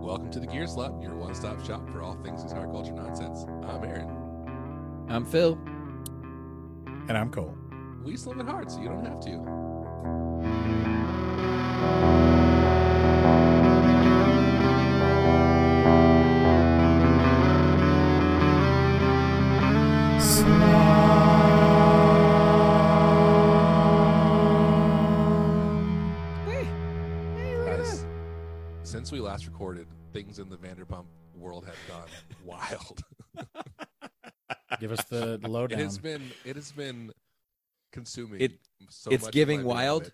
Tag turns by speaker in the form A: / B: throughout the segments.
A: Welcome to the Gear Slot, your one stop shop for all things guitar culture nonsense. I'm Aaron.
B: I'm Phil.
C: And I'm Cole.
A: We slim it hard so you don't have to. Guys, since we last recorded, things in the Vanderpump world have gone wild.
C: Give us the
A: It
C: lowdown.
A: has been it has been consuming
B: It-
A: so
B: it's
A: much of
B: giving
A: my bandwidth.
B: wild.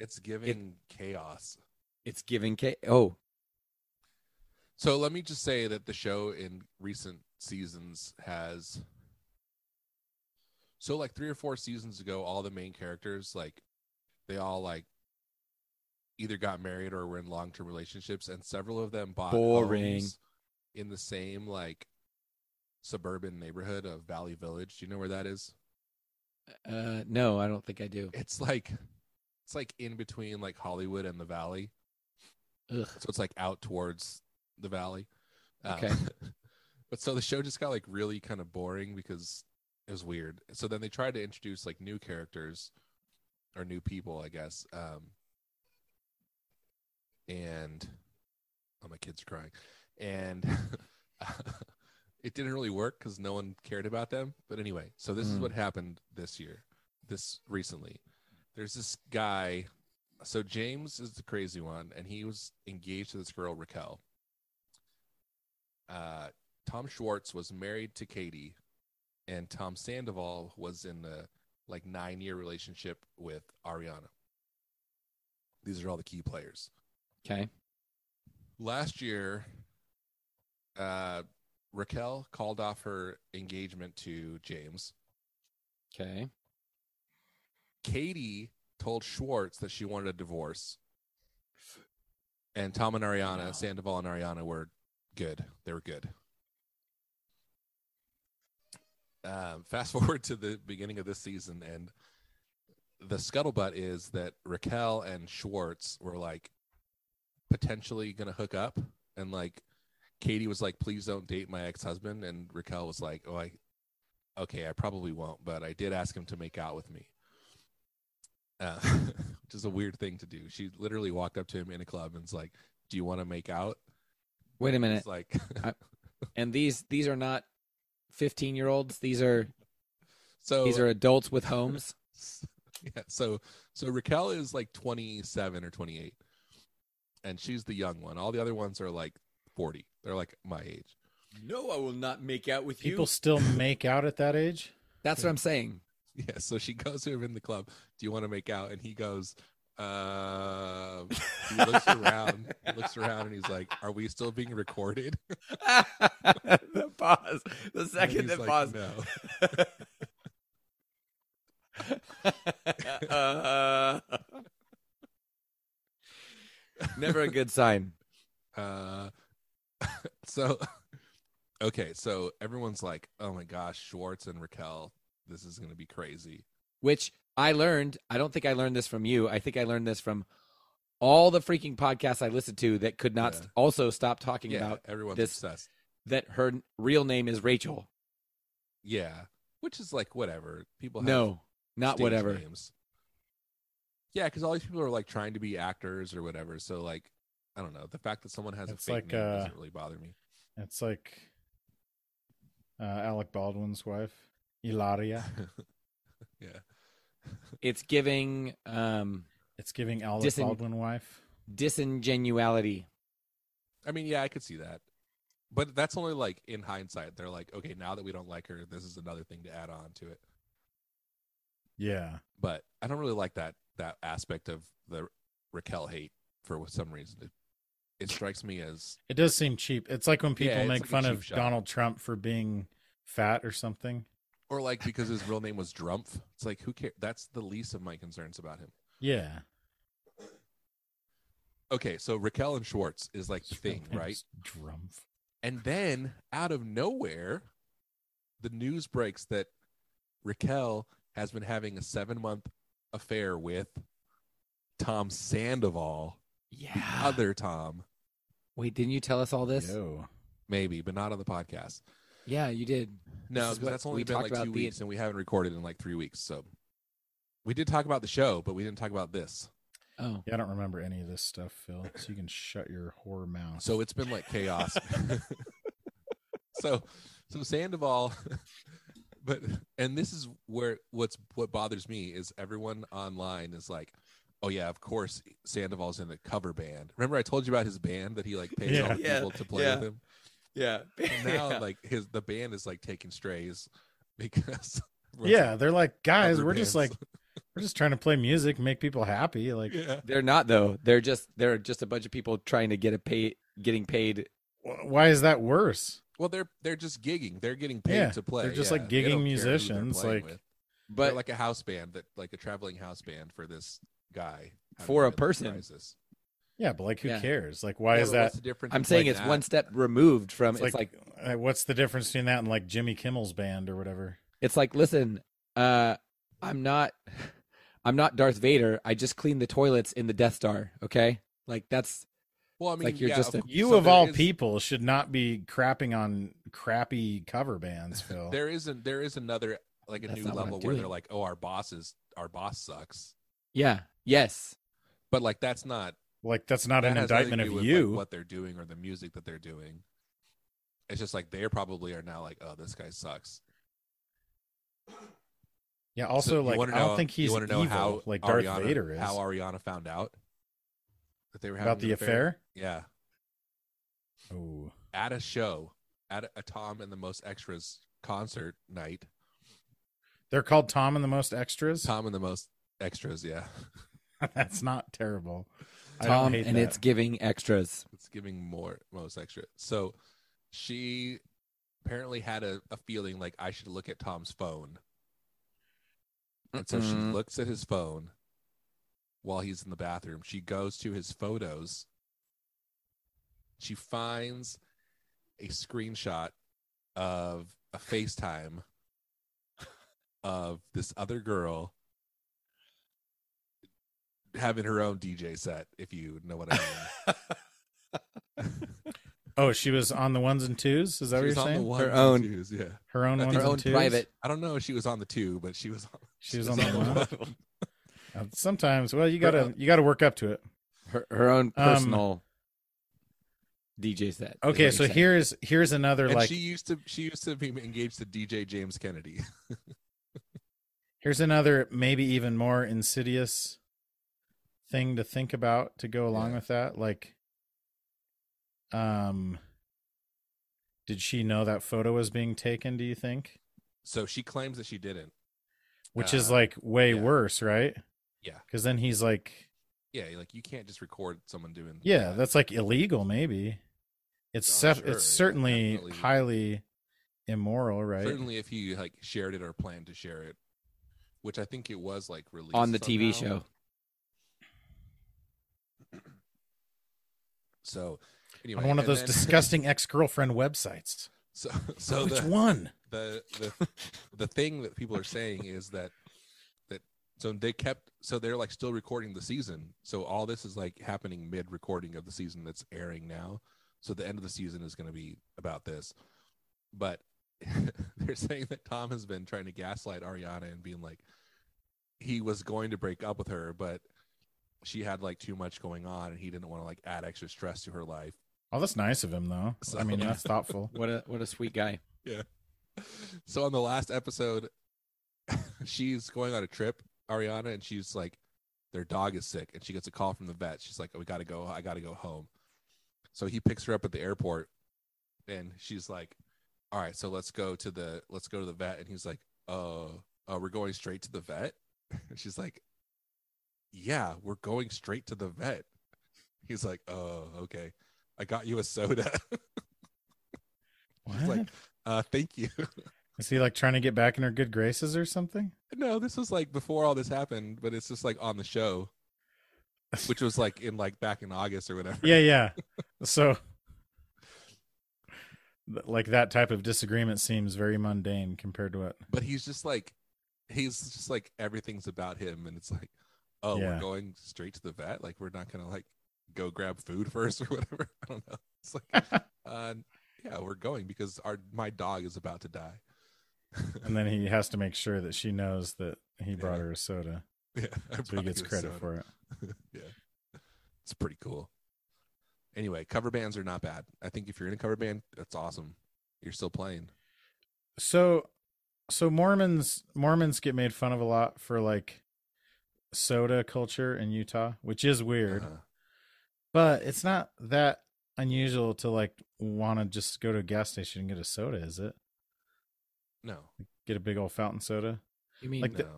A: It's giving chaos.
B: It's giving K. Oh,
A: So let me just say that the show in recent seasons has so like 3 or 4 seasons ago all the main characters like they all like either got married or were in long-term relationships and several of them bought
B: Boring.
A: homes in the same like suburban neighborhood of Valley Village. Do you know where that is?
B: uh, no, I don't think I do.
A: It's like it's like in between like Hollywood and the Valley.
B: Ugh.
A: so it's like out towards the valley. Uh,
B: Okay.
A: but so the show just got like really kind of boring because it was weird. So then they tried to introduce like new characters or new people, I guess. Um, and oh, my kids are crying, and it didn't really work because no one cared about them. But anyway, so this is
B: Mm.
A: what happened this year, this recently. There's this guy so James is the crazy one, and he was engaged to this girl Raquel. Uh, Tom Schwartz was married to Katie, and Tom Sandoval was in a like nine year relationship with Ariana. These are all the key players.
B: Okay.
A: Last year, uh, Raquel called off her engagement to James.
B: Okay.
A: Katie told Schwartz that she wanted a divorce. And Tom and Ariana,
B: Wow.
A: Sandoval and Ariana were good. They were good. Um, fast forward to the beginning of this season, and the scuttlebutt is that Raquel and Schwartz were like potentially going to hook up. And like Katie was like, please don't date my ex husband. And Raquel was like, oh, I, okay, I probably won't, but I did ask him to make out with me uh, which is a weird thing to do. She literally walked up to him in a club and's like, "Do you want to make out?"
B: Wait a minute.
A: It's like,
B: And these these are not 15 year olds. These are
A: so
B: these are adults with homes.
A: yeah. So so Raquel is like twenty seven or twenty eight, and she's the young one. All the other ones are like forty. They're like my age.
B: No, I will not make out with
C: People still make out at that age?
B: That's what I'm saying.
A: Yeah. So she goes to him in the club. Do you want to make out? And he goes. Uh, he looks around. he looks around, and he's like, "Are we still being recorded?"
B: the pause. The
A: And
B: second
A: he's
B: that
A: like,
B: pause.
A: "No."
B: Uh, never a good sign.
A: Uh, so, okay, so everyone's like, "Oh my gosh, Schwartz and Raquel, this is gonna be crazy."
B: which I learned. I don't think I learned this from you. I think I learned this from all the freaking podcasts I listened to that could not
A: Yeah.
B: st- also stop talking
A: yeah,
B: about
A: everyone's
B: this-
A: obsessed.
B: that her n- real name is Rachel.
A: Yeah, which is like whatever people. Have
B: no, not
A: stage
B: whatever.
A: Names. Yeah, because all these people are like trying to be actors or whatever. So like, I don't know. The fact that someone has a
C: It's
A: fake
C: like,
A: name
C: uh,
A: doesn't really bother me.
C: It's like uh, Alec Baldwin's wife, Ilaria.
A: yeah.
B: It's giving um
C: It's giving Alec
B: Disin-
C: Baldwin wife.
B: disingenuality.
A: I mean, yeah, I could see that. But that's only like in hindsight. They're like, okay, now that we don't like her, this is another thing to add on to it.
C: Yeah.
A: but I don't really like that that aspect of the Raquel hate for some reason. It, it strikes me as
C: It does seem cheap. It's like when people
A: Yeah, it's
C: make
A: like a
C: fun
A: cheap
C: of
A: shot.
C: Donald Trump for being fat or something.
A: or like because his real name was Drumpf. It's like who cares? That's the least of my concerns about him.
C: Yeah.
A: Okay, so Raquel and Schwartz is like the thing, right?
C: Drumpf.
A: And then out of nowhere, the news breaks that Raquel has been having a seven month affair with Tom Sandoval,
B: Yeah.
A: other Tom.
B: Wait, didn't you tell us all this?
C: Yo.
A: maybe, but not on the podcast.
B: Yeah, you did.
A: No, because
B: is what
A: that's
B: we
A: only been
B: talked
A: like
B: about
A: two
B: the-
A: weeks, and we haven't recorded in like three weeks. So we did talk about the show, but we didn't talk about this.
B: Oh,
C: Yeah, I don't remember any of this stuff, Phil. So you can shut your whore mouth.
A: So it's been like chaos. so, so Sandoval, but and this is where what's what bothers me is everyone online is like, oh yeah, of course Sandoval's in a cover band. Remember I told you about his band that he like pays all
C: Yeah.
A: the
D: Yeah,
A: people to play
D: yeah.
A: with him.
D: Yeah.
A: And now
D: Yeah.
A: like his the band is like taking strays because
C: yeah, they're like, guys,
A: Cover
C: we're just like,
A: bands."
C: we're just trying to play music, make people happy. Like,
A: yeah.
B: they're not though. They're just they're just a bunch of people trying to get a pay getting paid.
C: wh- why is that worse?
A: Well, they're they're just gigging. They're getting paid
C: Yeah,
A: to play.
C: they're just,
A: Yeah,
C: like,
A: they don't
C: gigging
A: care who they're
C: musicians,
A: playing
C: like-
A: with. They're
B: But
A: like a house band that like a traveling house band for this guy having
B: For a
A: midlife
B: person.
A: crisis.
C: Yeah, but like, who
B: Yeah.
C: cares? Like, why
A: Yeah,
C: is
A: but
C: that?
A: what's um, the difference
B: I'm saying
A: between
B: it's
A: that-
B: one step removed from
C: It's like,
B: like
C: uh, what's the difference between that and like Jimmy Kimmel's band or whatever?
B: It's like, listen, uh, I'm not, I'm not Darth Vader. I just clean the toilets in the Death Star. Okay, like that's
A: Well, I mean,
B: like you're
A: yeah,
B: just
A: of-
B: a-
C: You
A: so
C: of
A: there
C: all
A: is-
C: people should not be crapping on crappy cover bands, Phil.
A: There isn't. There is another like a
B: That's
A: new
B: not what I'm
A: level where they're
B: doing.
A: like, oh, our boss is our boss sucks,
B: yeah, yes,
A: but like that's not
C: like, that's not
A: that
C: an
A: has nothing
C: indictment
A: to do
C: of
A: with,
C: you.
A: like, what they're doing or the music that they're doing. It's just like they probably are now like, oh, this guy sucks.
C: yeah.
A: So
C: Also,
A: you
C: like,
A: wanna
C: I don't
A: know-
C: think
A: you
C: he's
A: wanna know
C: evil
A: how
C: like Darth
A: Ariana-
C: Vader is
A: How Ariana found out that they were having
C: about
A: an
C: the affair.
A: Yeah,
C: Oh,
A: at a show at a Tom and the Most Extras concert night.
C: they're called Tom and the Most Extras.
A: Tom and the Most Extras. Yeah,
C: that's not terrible. I don't
B: Tom,
C: hate
B: and
C: that.
B: it's giving extras.
A: it's giving more Most Extra. So she apparently had a, a feeling like I should look at Tom's phone, and so she
B: Mm-mm.
C: Mm-hmm.
A: looks at his phone while he's in the bathroom. She goes to his photos. She finds a screenshot of a FaceTime of this other girl having her own DJ set, if you know what I mean.
C: Oh, she was on the ones and twos. Is that
A: She
C: what
A: was
C: you're
A: on the
C: saying?
A: ones
B: Her
A: and
B: own.
A: twos, yeah.
C: her own
A: I think
C: ones
B: Her
C: and
B: own
C: twos.
B: private.
A: I don't know if she was on the two, but she was on
C: She was on the one.
A: one.
C: Uh, Sometimes, well, you
A: Her
C: gotta
A: own-
C: you gotta work up to it.
B: Her, her own
C: Um,
B: personal DJ set. is what
C: Okay,
B: you're
C: so
B: saying.
C: here's here's another
A: And
C: like
A: she used to she used to be engaged to DJ James Kennedy.
C: here's another maybe even more insidious thing to think about to go along
A: Yeah.
C: with that. Like, um, did she know that photo was being taken? Do you think?
A: So she claims that she didn't.
C: Which is
A: Uh,
C: like way
A: yeah.
C: worse, right?
A: Yeah.
C: Because then he's like,
A: Yeah, like you can't just record someone doing.
C: yeah,
A: that.
C: that's like illegal. Maybe it's
A: Oh,
C: sef-
A: sure, yeah,
C: it's certainly
A: definitely.
C: highly immoral, right?
A: certainly if he like shared it or planned to share it, which I think it was like released
B: on the TV
A: somehow.
B: show.
A: So anyway,
C: on one of
A: and
C: those
A: then-
C: disgusting ex-girlfriend websites.
A: So so
C: Which
A: the,
C: one?
A: the the the thing that people are saying is that that so they kept so they're like still recording the season. So all this is like happening mid recording of the season that's airing now. So the end of the season is going to be about this. But they're saying that Tom has been trying to gaslight Ariana and being like he was going to break up with her, but she had like too much going on and he didn't want to like add extra stress to her life.
C: Oh, that's nice of him, though.
A: So-
C: I mean, that's thoughtful.
B: What a what a sweet guy.
A: so on the last episode, she's going on a trip, Ariana, and she's like, their dog is sick, and she gets a call from the vet. She's like, "We gotta go. I gotta go home." So he picks her up at the airport, and she's like, "All right, so let's go to the let's go to the vet." And he's like, "Oh, uh, we're going straight to the vet." And she's like, "Yeah, we're going straight to the vet." He's like, "Oh, okay. I got you a soda."
C: What?
A: She's like, "Uh, thank you."
C: Is he like trying to get back in her good graces or something?
A: No, this was like before all this happened, but it's just like on the show, which was like in like back in August or whatever.
C: Yeah, yeah. so, th- like that type of disagreement seems very mundane compared to what.
A: But he's just like, he's just like everything's about him, and it's like, oh,
C: Yeah.
A: we're going straight to the vet. Like we're not gonna like go grab food first or whatever. I don't know. It's like, uh, yeah, we're going because our my dog is about to die.
C: And then he has to make sure that she knows that he brought her a soda,
A: Yeah, I
C: so he
A: brought
C: gets
A: you a
C: credit
A: soda.
C: for it.
A: yeah, it's pretty cool. Anyway, cover bands are not bad. I think if you're in a cover band, that's awesome. You're still playing.
C: So, so Mormons Mormons get made fun of a lot for like soda culture in Utah, which is weird.
A: Uh,
C: But it's not that unusual to like want to just go to a gas station and get a soda, is it?
A: no,
C: Get a big old fountain soda.
B: You mean
C: Like the-
A: no.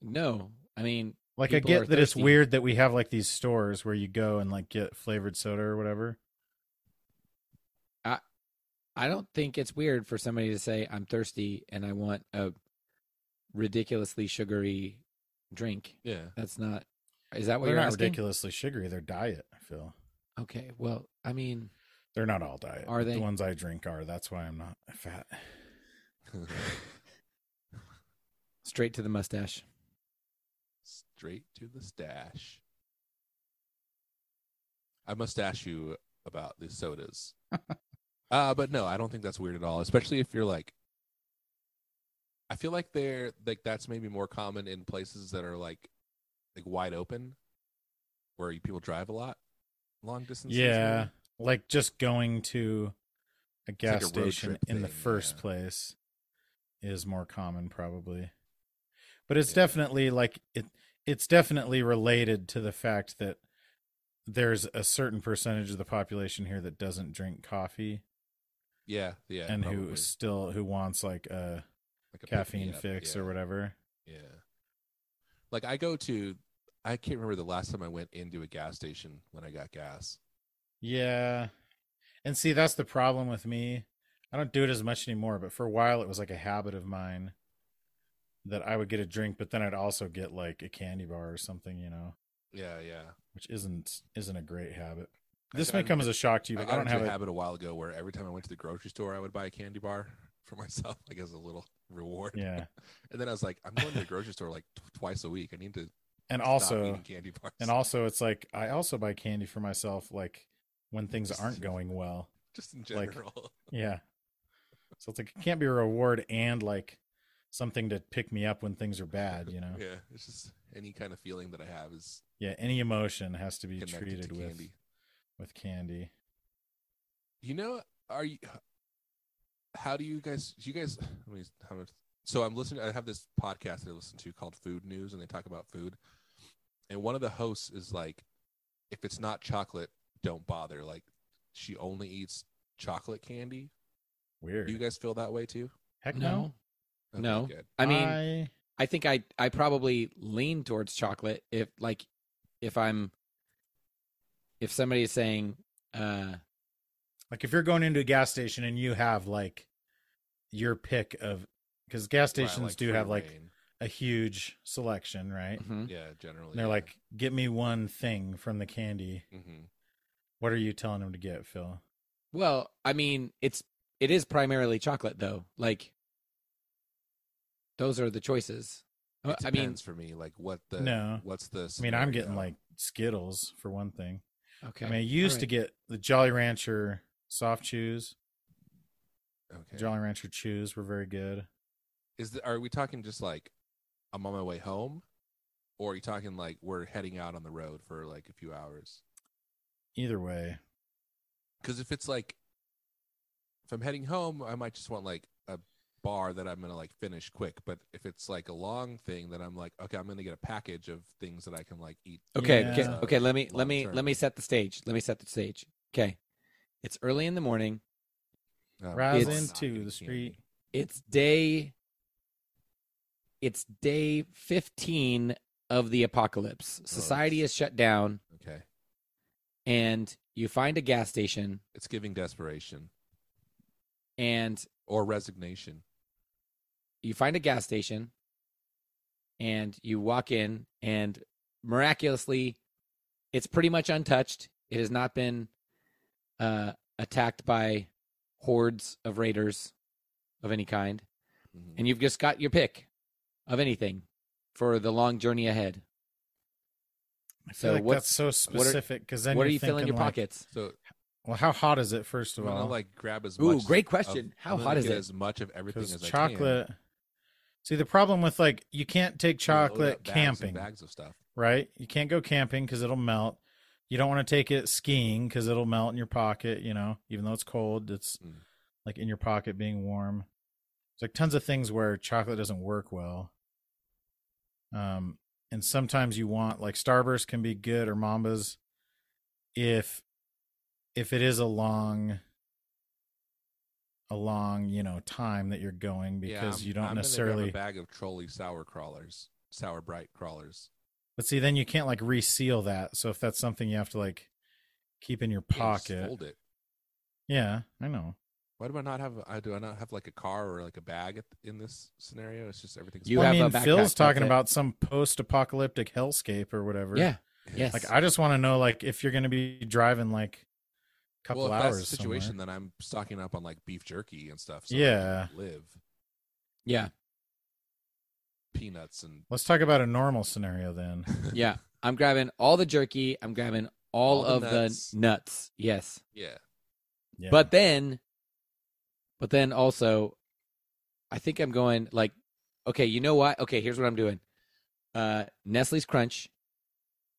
B: no? I mean,
C: Like
B: People
C: I
B: are
C: get that it's
B: thirsty.
C: weird that we have like these stores where you go and like get flavored soda or whatever.
B: I don't think it's weird for somebody to say I'm thirsty and I want a ridiculously sugary drink.
A: Yeah.
B: That's not. Is that what
C: They're
B: you're
C: not
B: asking?
C: ridiculously sugary. They're diet. I feel
B: Okay. Well, I mean,
C: they're not all diet.
B: Are
C: but
B: they?
C: The ones I drink are. That's why I'm not fat.
B: straight to the mustache.
A: Straight to the stash. I must ask you about the sodas. uh, but no, I don't think that's weird at all, especially if you're like I feel like they're like that's maybe more common in places that are like like wide open where you, people drive a lot long distances. maybe.
C: Yeah, like just going to a gas
A: like a road
C: station
A: trip
C: in the
A: thing,
C: first
A: yeah.
C: place is more common probably. But it's
A: Yeah.
C: definitely like it it's definitely related to the fact that there's a certain percentage of the population here that doesn't drink coffee
A: Yeah, yeah.
C: and who
A: probably.
C: still who wants like a
A: Like a
C: caffeine
A: pick-me-up,
C: fix
A: yeah.
C: or whatever.
A: Yeah. Like I go to I can't remember the last time I went into a gas station when I got gas.
C: Yeah. And see that's the problem with me. I don't do it as much anymore, but for a while it was like a habit of mine that I would get a drink, but then I'd also get like a candy bar or something, you know,
A: Yeah, yeah.
C: which isn't isn't a great habit.
A: I
C: This
A: got
C: may
A: in-
C: come as a shock to you,
A: I
C: but
A: got
C: I, don't
A: into
C: have
A: a
C: a
A: habit a while ago where every time I went to the grocery store, I would buy a candy bar for myself, like as a little reward.
C: yeah.
A: And then I was like, I'm going to the grocery store like t- twice a week. I need to
C: And
A: stop
C: also
A: eating candy bars.
C: and also it's like I also buy candy for myself like when things
A: Just-
C: aren't going well.
A: just in
C: like-
A: general.
C: Yeah. So it's like it can't be a reward and like something to pick me up when things are bad, you know.
A: yeah, it's just any kind of feeling that I have is
C: Yeah, any emotion has to be
A: connected to
C: treated with
A: candy.
C: with candy.
A: You know, are you? How do you guys? You guys? Let me. How much, so I'm listening. I have this podcast that I listen to called Food News, and they talk about food. And one of the hosts is like, if it's not chocolate, don't bother. Like, she only eats chocolate candy.
C: Weird.
A: Do you guys feel that way too?
C: Heck no.
B: No. No. I mean,
C: I,
B: I think I I probably lean towards chocolate if like if I'm if somebody is saying uh
C: like if you're going into a gas station and you have like your pick of because gas stations do have like a huge selection, right?
B: mhm.
A: Oh, yeah, generally.
C: And they're like, "Get me one thing from the candy."
A: hmm
C: What are you telling them to get, Phil?
B: well, I mean it's it is primarily chocolate though. Like those are the choices. Uh,
A: it
B: I mean,
A: depends for me. Like, what the
C: No.
A: What's the?
C: I mean, I'm
A: scenario?
C: getting like Skittles for one thing.
B: okay.
C: I mean, I used
B: All
C: to
B: right.
C: get the Jolly Rancher soft chews.
A: okay.
C: Jolly Rancher chews were very good.
A: is the, are we talking just like I'm on my way home, or are you talking like we're heading out on the road for like a few hours?
C: Either way,
A: Because if it's like if I'm heading home, I might just want like a bar that I'm gonna like finish quick. But if it's like a long thing, then I'm like, okay, I'm gonna get a package of things that I can like eat.
B: Okay, okay,
C: Yeah.
B: okay. Let me let
A: long
B: me
A: term.
B: let me set the stage. Let me set the stage. Okay, it's early in the morning.
A: Um,
C: rise
B: It's-
C: into the street.
B: It's day. It's day fifteen of the apocalypse. Society is shut down,
A: Okay,
B: and you find a gas station,
A: it's giving desperation
B: and
A: or resignation.
B: you find a gas station, and you walk in, and miraculously, it's pretty much untouched. It has not been uh, attacked by hordes of raiders of any kind.
A: Mhm.
B: and you've just got your pick of anything for the long journey ahead.
C: I feel
B: So
C: like
B: what-
C: that's so
B: what are-
C: specific because then
B: what
C: you're
B: are you feeling in
C: thinking,
B: your
C: like,
B: pockets?
A: So
C: Well, how hot is it first
A: I'm
C: of
A: gonna
C: all?
A: like grab as
B: Ooh,
A: much.
B: great
A: of-
B: question. How
A: I'm gonna
B: hot is
A: get
B: it?
A: As much of everything
C: Because
A: as I can.
C: chocolate. See, the problem with like you can't take
A: You load up
C: chocolate
A: bags and
C: camping,
A: bags of stuff.
C: right? You can't go camping because it'll melt. You don't want to take it skiing because it'll melt in your pocket. You know, even though it's cold, it's
A: Mm.
C: like in your pocket being warm. It's like tons of things where chocolate doesn't work well. Um, and sometimes you want like Starburst can be good or Mambas if if it is a long a long you know time that you're going
A: Yeah,
C: because
A: I'm-
C: you don't
A: I'm gonna grab
C: necessarily
A: a bag of trolley sour crawlers, sour bright crawlers.
C: But see, then you can't like reseal that. So if that's something you have to like keep in your
A: Yeah, just
C: pocket,
A: Fold it.
C: yeah, I know.
A: Why do I not have? I do I not have like a car or like a bag at, in this scenario? It's just everything's.
B: You
C: Well,
B: have
C: I
B: a
C: mean,
B: backpack,
C: Phil's
B: that's
C: talking
B: it.
C: about some post-apocalyptic hellscape or whatever.
B: Yeah. Yes.
C: Like I just want to know, like, if you're going to be driving like a couple
A: well, if
C: hours.
A: that's the situation,
C: somewhere.
A: then I'm stocking up on like beef jerky and stuff. So I can
C: yeah.
A: live
B: yeah.
A: peanuts and
C: Let's talk about a normal scenario then.
B: Yeah. I'm grabbing all the jerky. I'm grabbing all,
A: All the
B: of
A: nuts.
B: the nuts. Yes.
A: yeah.
C: Yeah.
B: But then, but then also, I think I'm going like, okay, you know what? Okay, here's what I'm doing. Uh, Nestle's Crunch,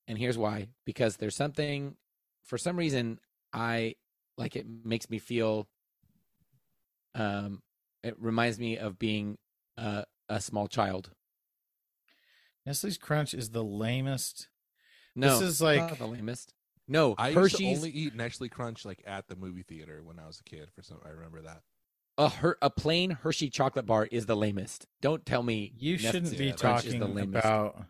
B: and here's why: because there's something, for some reason, I like it makes me feel. Um, it reminds me of being uh, a small child.
C: Nestle's Crunch is the lamest.
B: No,
C: This is like-
B: not the lamest. No,
A: I used to
B: Hershey's
A: only eat Nestle Crunch like at the movie theater when I was a kid. For some, I remember that.
B: a her, a plain Hershey chocolate bar is the lamest. Don't tell me
C: You
B: Nestle
C: shouldn't be
A: yeah,
B: Crunch is the
C: talking
B: lamest.
C: about.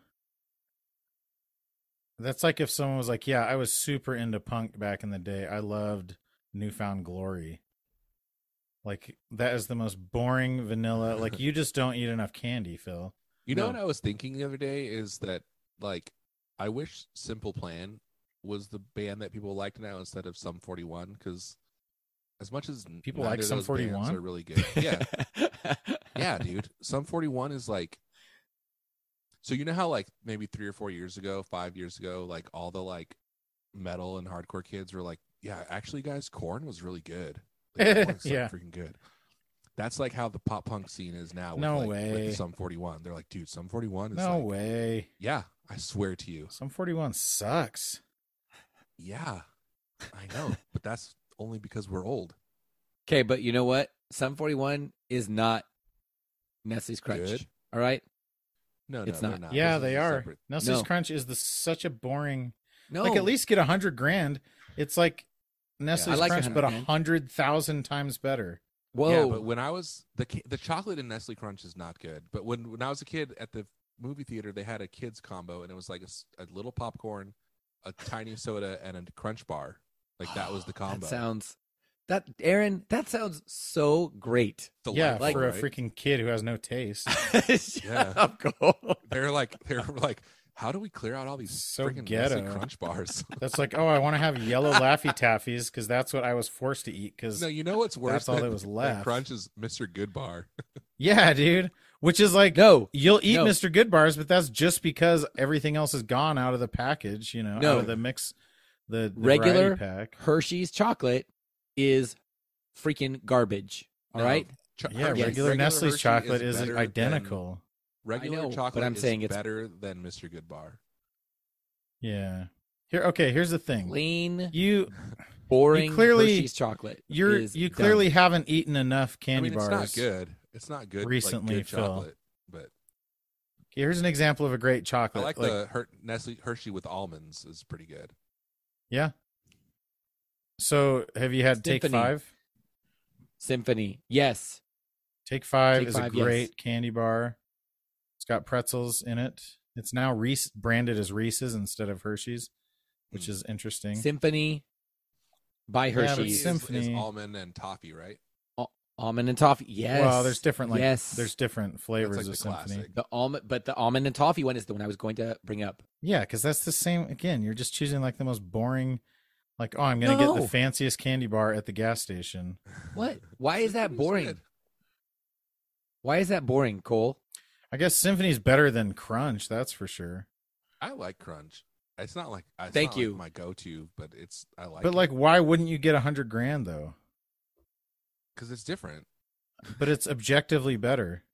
C: That's like if someone was like, "Yeah, I was super into punk back in the day. I loved Newfound Glory." Like that is the most boring vanilla. Like you just don't eat enough candy, Phil.
A: You know
B: No.
A: what I was thinking the other day is that like I wish Simple Plan was the band that people liked now instead of Sum 41 because as much as n-
C: People like
A: neither of
C: Sum
A: those bands
C: 41?
A: are really good. Yeah, yeah, dude. Sum 41 is like so you know how like maybe three or four years ago, five years ago, like all the like metal and hardcore kids were like, yeah, actually, guys, Corn was really good. Like, Korn's so
C: Yeah.
A: freaking good. That's like how the pop punk scene is now. With,
C: No
A: like,
C: way.
A: With Sum 41, they're like, dude, Sum 41 is
C: No
A: like,
C: way.
A: yeah, I swear to you.
C: Some forty-one sucks.
A: Yeah, I know, but that's only because we're old.
B: Okay, but you know what? Sum 41 is not Nestle's Crunch.
A: Good.
B: All right?
A: No,
B: It's
A: no,
B: not.
A: they're not. This
C: yeah,
A: is
C: they
A: a
C: are.
A: separate-
C: Nestle's
B: No.
C: Crunch is the such a boring.
B: No.
C: Like at least get a hundred grand. It's like Nestle's
B: like
C: Crunch,
B: 100
C: but a
B: grand.
C: hundred thousand times better.
B: Whoa.
A: Yeah, but when I was the ki- the chocolate and Nestle Crunch is not good. But when when I was a kid at the movie theater, they had a kids combo, and it was like a, s- a little popcorn, a tiny soda, and a Crunch bar. Like that was the combo.
B: That sounds That Aaron, that sounds so great.
C: yeah,
A: Delightful,
B: like-
C: for a
A: right?
C: freaking kid who has no taste.
B: Shut
A: Yeah.
B: up, Cole.
A: They're like they're like, how do we clear out all these
C: So
A: freaking
C: ghetto.
A: Nestle Crunch bars?
C: That's like, oh, I want to have yellow Laffy Taffies because that's what I was forced to eat. Because
A: no, you know what's worse?
C: That's all
A: than-
C: that was
A: than
C: left.
A: Crunch is Mr. Good Bar.
C: yeah, dude, which is like,
B: No.
C: you'll eat
B: No.
C: Mr. Good bars, but that's just because everything else is gone out of the package. You know, out
B: No.
C: of the mix, the, the
B: Regular-
C: variety pack.
B: Hershey's chocolate is freaking garbage. All
A: No,
B: right?
A: Cho-
C: Yeah,
A: Hershey's-
B: Yes.
C: regular Nestle's
A: Hershey
C: chocolate is,
A: better than-
C: identical.
A: regular
B: know, but
A: chocolate
B: I'm
A: is
B: saying it's-
A: better than Mr. Good Bar.
C: Yeah. Here, okay. Here's the thing.
B: Plain,
C: You
B: boring
C: clearly-
B: Hershey's chocolate.
C: you're
B: is
C: you
B: dumb.
C: clearly haven't eaten enough
A: I
C: candy
A: mean,
C: bars.
A: it's not good. It's not good.
C: Recently,
A: like good
C: Phil.
A: chocolate, but
C: Here's an example of a great
A: I
C: chocolate.
A: like, the Her- Nestle Hershey with almonds is pretty good.
C: yeah. So, have you had Take
B: Symphony.
C: Five?
B: Symphony. Yes.
C: Take Five
B: Take
C: is a
B: Five, yes.
C: great candy bar. It's got pretzels in it. It's now Reese branded as Reese's instead of Hershey's, which
A: Hmm.
C: is interesting.
B: Symphony by
C: Yeah, but
A: Hershey
B: Hershey's.
A: is,
C: Sym-
A: is
C: Symphony-
A: almond and toffee, right?
B: almond and toffee. Yes.
C: Well, there's different like
B: Yes.
C: there's different
A: That's
C: flavors
A: like the
C: of Symphony.
A: classic.
B: The almond, but the almond and toffee one is the one I was going to bring up.
C: Yeah, because that's the same. Again, you're just choosing like the most boring. Like, oh, I'm gonna get
B: No.
C: the fanciest candy bar at the gas station.
B: What? Why is that
A: Symphony's
B: boring?
A: good.
B: Why is that boring, Cole?
C: I guess Symphony's better than Crunch, that's for sure.
A: I like crunch. It's not like it's
B: Thank
A: not like
B: you.
A: my go-to, but it's I like.
C: but like, why wouldn't you get a hundred grand though?
A: because it's different.
C: But it's objectively better.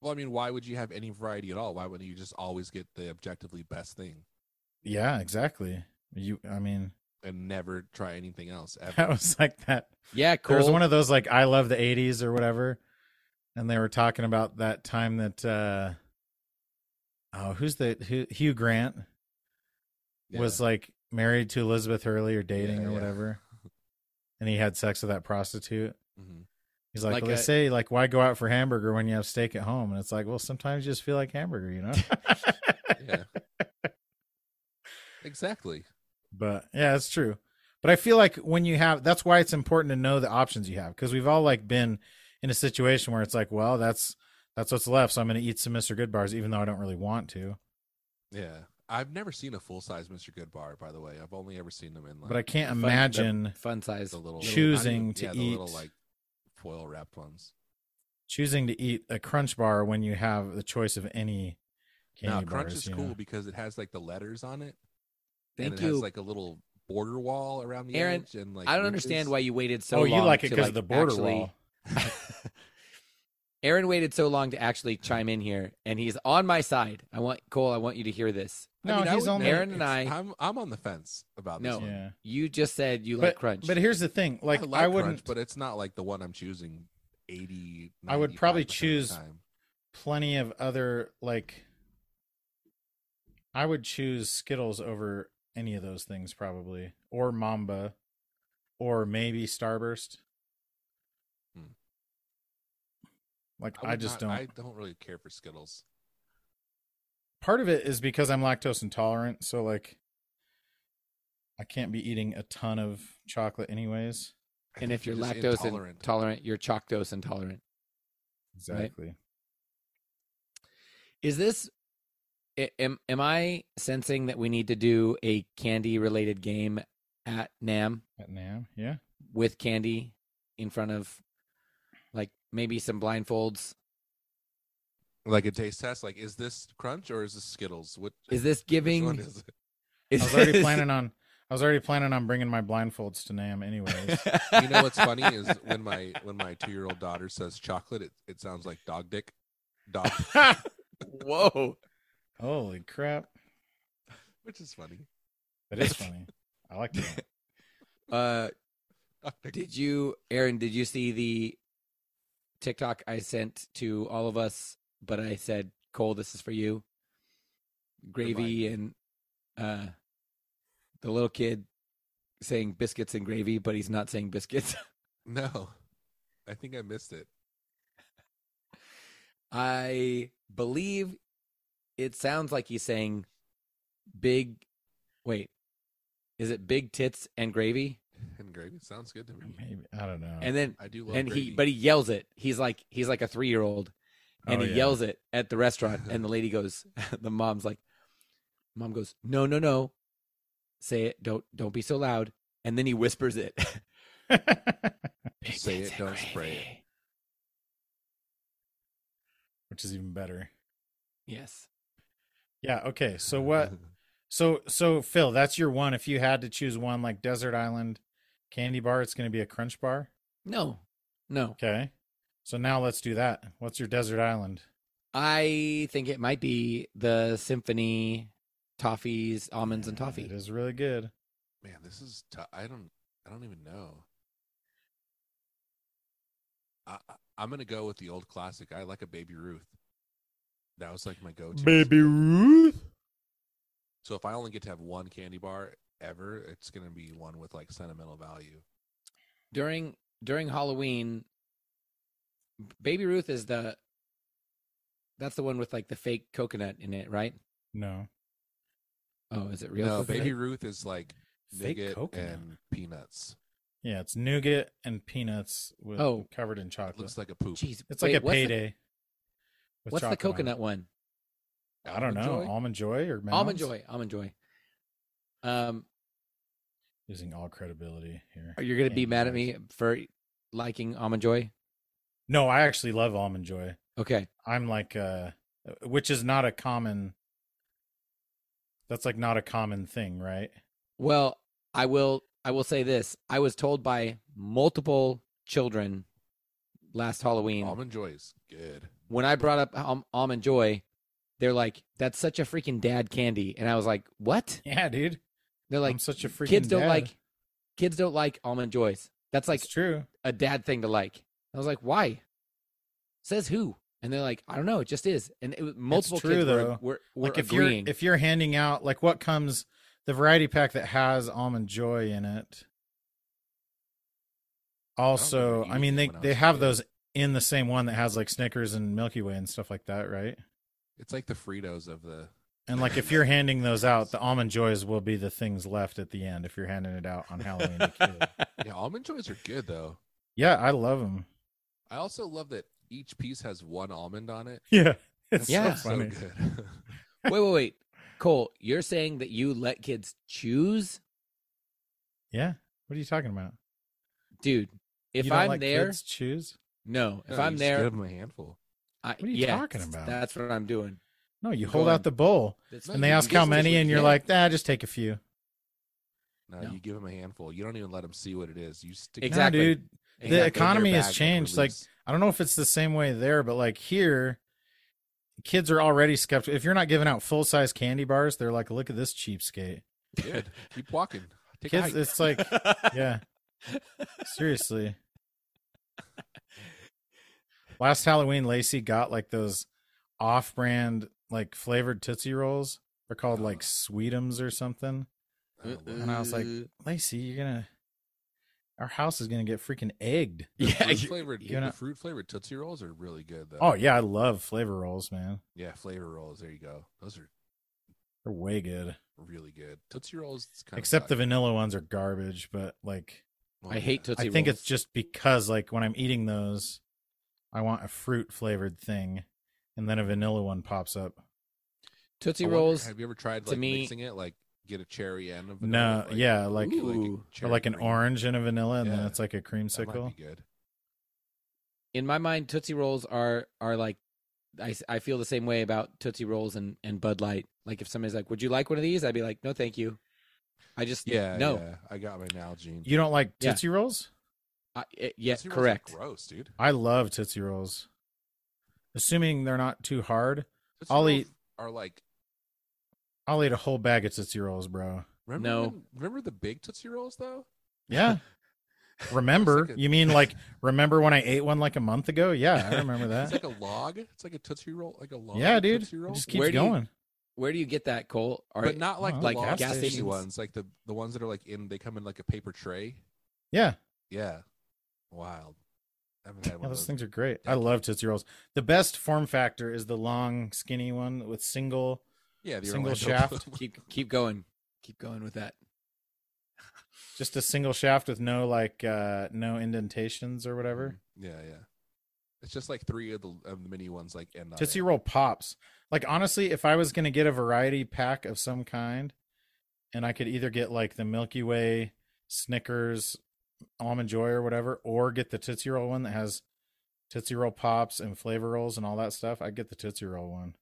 A: Well, I mean, why would you have any variety at all? Why wouldn't you just always get the objectively best thing
C: Yeah, exactly. You, I mean,
A: and never try anything else ever?
C: that was like that.
B: Yeah,
C: There was
B: Cole.
C: one of those like I love the '80s or whatever, and they were talking about that time that uh oh, who's the who, Hugh Grant was like married to Elizabeth Hurley or dating
A: Yeah,
C: or
A: yeah.
C: whatever, and he had sex with that prostitute.
A: Mhm.
C: He's like,
B: Like
C: well, they
B: a-
C: say like why go out for hamburger when you have steak at home, and it's like, well, sometimes you just feel like hamburger, you know.
A: yeah, exactly.
C: But yeah, that's true. But I feel like when you have, that's why it's important to know the options you have because we've all like been in a situation where it's like, well, that's that's what's left, so I'm going to eat some Mr. Good bars, even though I don't really want to.
A: Yeah, I've never seen a full size Mr. Goodbar. By the way, I've only ever seen them in like
C: But I can't
B: Fun-
C: imagine
B: the fun size.
A: the little
C: choosing
A: not even-
C: to
A: yeah, the little
C: eat-
A: like foil wrapped ones.
C: choosing to eat a Crunch bar when you have the choice of any
A: Now
C: candy
A: Crunch
C: bars.
A: is
C: you
A: cool
C: know?
A: because it has like the letters on it.
B: Thank
A: and it
B: you.
A: has like a little border wall around the
B: Aaron,
A: edge and like
B: I don't
A: ridges.
B: understand why you waited so
C: oh,
B: long.
C: you like it
B: to,
C: because of the border
B: actually-
C: wall.
B: Aaron waited so long to actually chime in here, and he's on my side. I want Cole. I want you to hear this.
C: No,
A: I
C: he's
A: would
C: only-
A: never-
B: Aaron and
A: it's-
B: I-
A: I'm I'm on the fence about
B: No.
A: this. one.
C: Yeah,
B: You just said you like
C: but
B: crunch.
C: but here's the thing: like I,
A: I, like Crunch,
C: wouldn't
A: but it's not like the one I'm choosing. Eighty.
C: I would
A: 95%
C: probably
A: of the
C: choose-
A: time.
C: plenty of other like I would choose Skittles over any of those things probably or Mamba or maybe Starburst.
A: Hmm.
C: Like
A: would
C: I, just
A: not-
C: don't.
A: I don't really care for Skittles.
C: Part of it is because I'm lactose intolerant, so like I can't be eating a ton of chocolate anyways.
A: I
B: and
A: think
B: if you're,
A: just
B: lactose intolerant. intolerant, you're chalk dose intolerant.
C: Exactly.
B: Is this? a- Am am I sensing that we need to do a candy related game at Nam
C: At Nam, yeah.
B: with candy in front of, like maybe some blindfolds?
A: like a taste test, like is this Crunch or is this Skittles? What
B: Is this
A: which
B: giving?
A: one is it?
B: is
C: I was already
B: this-
C: planning on I was already planning on bringing my blindfolds to Nam anyways.
A: You know what's funny is when my when my two year old daughter says chocolate, it, it sounds like dog dick. Dog,
B: Whoa.
C: Holy crap.
A: which is funny.
C: That is funny. I like that.
B: Uh,
A: Dog dick.
B: did you, Aaron? Did you see the TikTok I sent to all of us? But I said, Cole, this is for you. Gravy and uh, the little kid saying biscuits and gravy, but he's not saying biscuits.
A: No, I think I missed it.
B: I believe it sounds like he's saying big. Wait, is it big tits and gravy?
A: And gravy sounds good to me.
C: Maybe I don't know.
B: And then
A: I do love
B: and
A: gravy.
B: he but he yells it he's like he's like a three-year-old and
C: Oh,
B: he
C: yeah.
B: yells it at the restaurant and the lady goes the mom's like mom goes no no no say it don't don't be so loud and then he whispers it
A: Say it, don't spray it.
C: Which is even better.
B: yes
C: Yeah, okay. So what so so Phil, that's your one. If you had to choose one like Desert Island candy bar, it's gonna be a crunch bar.
B: no no
C: Okay. So now let's do that. What's your desert island?
B: i think it might be the symphony toffees almonds and
C: It
B: toffee
C: is really good.
A: Man, this is tough. I don't. I don't even know. I, I- I'm gonna go with the old classic. I like a Baby Ruth. That was like my go-to.
C: Ruth.
A: So if I only get to have one candy bar ever, it's gonna be one with like sentimental value.
B: during during halloween baby ruth is the that's the one with like the fake coconut in it right
C: No.
B: Oh, is it real?
A: no,
B: coconut?
A: Baby Ruth is like
C: Fake
A: nougat
C: coconut.
A: and peanuts.
C: Yeah, it's nougat and peanuts with
B: Oh.
C: covered in
A: It
C: chocolate.
A: looks like a poop.
B: Jeez,
C: it's
B: wait,
C: like a
B: what's the-
C: payday. with
B: What's the,
C: chocolate on it.
B: coconut one?
C: I don't know.
A: Almond Joy?
C: Almond joy or
B: Almond
C: Mounds?
B: joy, almond joy. Um,
C: Losing all credibility here.
B: are you gonna be
C: Almond
B: mad at
C: Joys.
B: me for liking almond joy?
C: No, I actually love almond joy.
B: Okay,
C: I'm like, uh, which is not a common That's like not a common thing, right?
B: Well, I will I will say this. I was told by multiple children last Halloween
A: Almond Joy's good.
B: when I brought up Al- almond joy, they're like, "That's such a freaking dad candy," and I was like, "What?"
C: Yeah, dude.
B: They're like,
C: I'm such a freaking
B: "Kids don't
C: dad.
B: like kids don't like almond joys. That's like
C: it's true.
B: a dad thing to like." I was like, "Why?" Says who? And they're like, "I don't know. It just is." And it was multiple
C: true,
B: kids were,
C: though.
B: were, were
C: Like if
B: agreeing.
C: you're if you're handing out like what comes the variety pack that has almond joy in it. Also,
A: remember
C: I mean they
A: eating it when I
C: they
A: was a
C: have
A: kid.
C: those in the same one that has like Snickers and Milky Way and stuff like that, right?
A: It's like the Fritos of the
C: And like if you're handing those out, the almond joys will be the things left at the end if you're handing it out on Halloween. to kids.
A: yeah. Almond Joys are good though.
C: yeah, I love them.
A: I also love that each piece has one almond on it.
C: Yeah, it's
B: Yeah.
C: so
A: So
C: funny.
A: good.
B: wait, wait, wait, Cole, you're saying that you let kids choose,
C: yeah, what are you talking about?
B: dude? If
C: You don't
B: I'm
C: like
B: there,
C: kids Oh, choose.
B: no. If
A: No,
B: I'm
A: you just
B: there,
A: give them a handful.
B: I,
C: are you
B: yeah,
C: talking about?
B: That's what I'm doing.
C: No, you
B: Go
C: hold
B: on.
C: out the bowl
B: That's
A: No,
C: and they
A: you-
C: ask
A: you
C: how
A: just leave
C: many,
A: it
C: and you're
A: there.
C: like, nah, just take a few.
A: No,
B: No.
A: you give them a handful. You don't even let them see what it is. You stick
C: Nah,
B: Exactly.
C: dude.
A: it
B: Exactly.
A: in their
C: economy has
A: bag and
C: changed, like,
A: release.
C: I don't know if it's the same way there, but like here, kids are already skeptical. If you're not giving out full size candy bars, they're like, look at this cheapskate.
A: Good. keep walking. Take a
C: Kids,
A: hike.
C: it's like, yeah, seriously. Last Halloween, Lacey got like those off brand, like flavored Tootsie Rolls. They're called
B: Oh.
C: like Sweetums or something.
A: Oh, wow.
C: And I was like,
B: Uh,
C: Lacey, you're going to, our house is going to get freaking egged.
A: The
B: yeah,
A: fruit
B: you-
A: flavored.
C: you're
A: the
C: not-
A: fruit flavored Tootsie Rolls are really good though.
C: Oh, yeah, I love flavor rolls, man.
A: yeah, flavor rolls. There you go. Those are
C: They're way good.
A: really good. Tootsie Rolls. Kind
C: Except
A: of
C: the vanilla ones are garbage, but like,
B: I hate
A: Tootsie.
B: Tootsie
C: I think
B: Rolls.
C: it's just because like when I'm eating those, I want a fruit flavored thing, and then a vanilla one pops up.
B: Tootsie
A: I wonder-
B: Rolls.
A: have you ever tried
B: to
A: like
B: me-
A: mixing it? Like get a cherry and a vanilla,
C: No,
A: like,
C: yeah, like
A: a
B: Ooh.
A: cherry
C: or like an
A: cream.
C: orange and a vanilla, and
A: Yeah.
C: then it's like a
A: That
C: creamsicle.
A: might be good.
B: In my mind, Tootsie Rolls are are like, I, s- I feel the same way about Tootsie Rolls and, and Bud Light. Like if somebody's like, "Would you like one of these?" I'd be like, "No, thank you." I just
A: Yeah.
B: no.
A: yeah, I got my Nalgene.
C: You don't like
B: Yeah.
C: Tootsie Rolls?
B: I, it- yeah,
A: Tootsie Rolls are
B: correct.
A: Gross, dude.
C: I love Tootsie Rolls, assuming they're not too hard.
A: Tootsie
C: I'll
A: Rolls
C: eat-
A: Are like
C: I'll eat a whole bag of Tootsie Rolls, bro.
A: remember
B: No.
A: when- remember the big Tootsie Rolls though?
C: Yeah. Remember?
A: It's like a-
C: you mean like remember when I ate one like a month ago? Yeah, I remember
A: It's
C: that.
A: like a log. It's like a Tootsie Roll, like a log.
C: yeah, dude.
A: Tootsie Roll.
C: It just keeps
B: Where do you-
C: going.
B: Where do you get that, Cole? Are,
A: but not like
C: Oh,
A: the
B: like
A: log
B: gas
A: sticky
B: stations.
A: ones, like the the ones that are like in they come in like a paper tray.
C: yeah.
A: Yeah, wild. I haven't had one
C: Yeah,
A: of
C: those
A: those.
C: things are great. I
A: decades.
C: love Tootsie Rolls. The best form factor is the long, skinny one with single.
A: yeah, the
C: single
A: Orlando
C: shaft.
A: Bloom.
B: keep keep going, keep going with that.
C: Just a single shaft with no like uh no indentations or whatever.
A: Yeah, yeah. It's just like three of the of the mini ones, like and
C: Tootsie Roll pops. Like honestly, if I was gonna get a variety pack of some kind, and I could either get like the Milky Way, Snickers, Almond Joy or whatever, or get the Tootsie Roll one that has Tootsie Roll pops and flavor rolls and all that stuff, I'd get the Tootsie Roll one.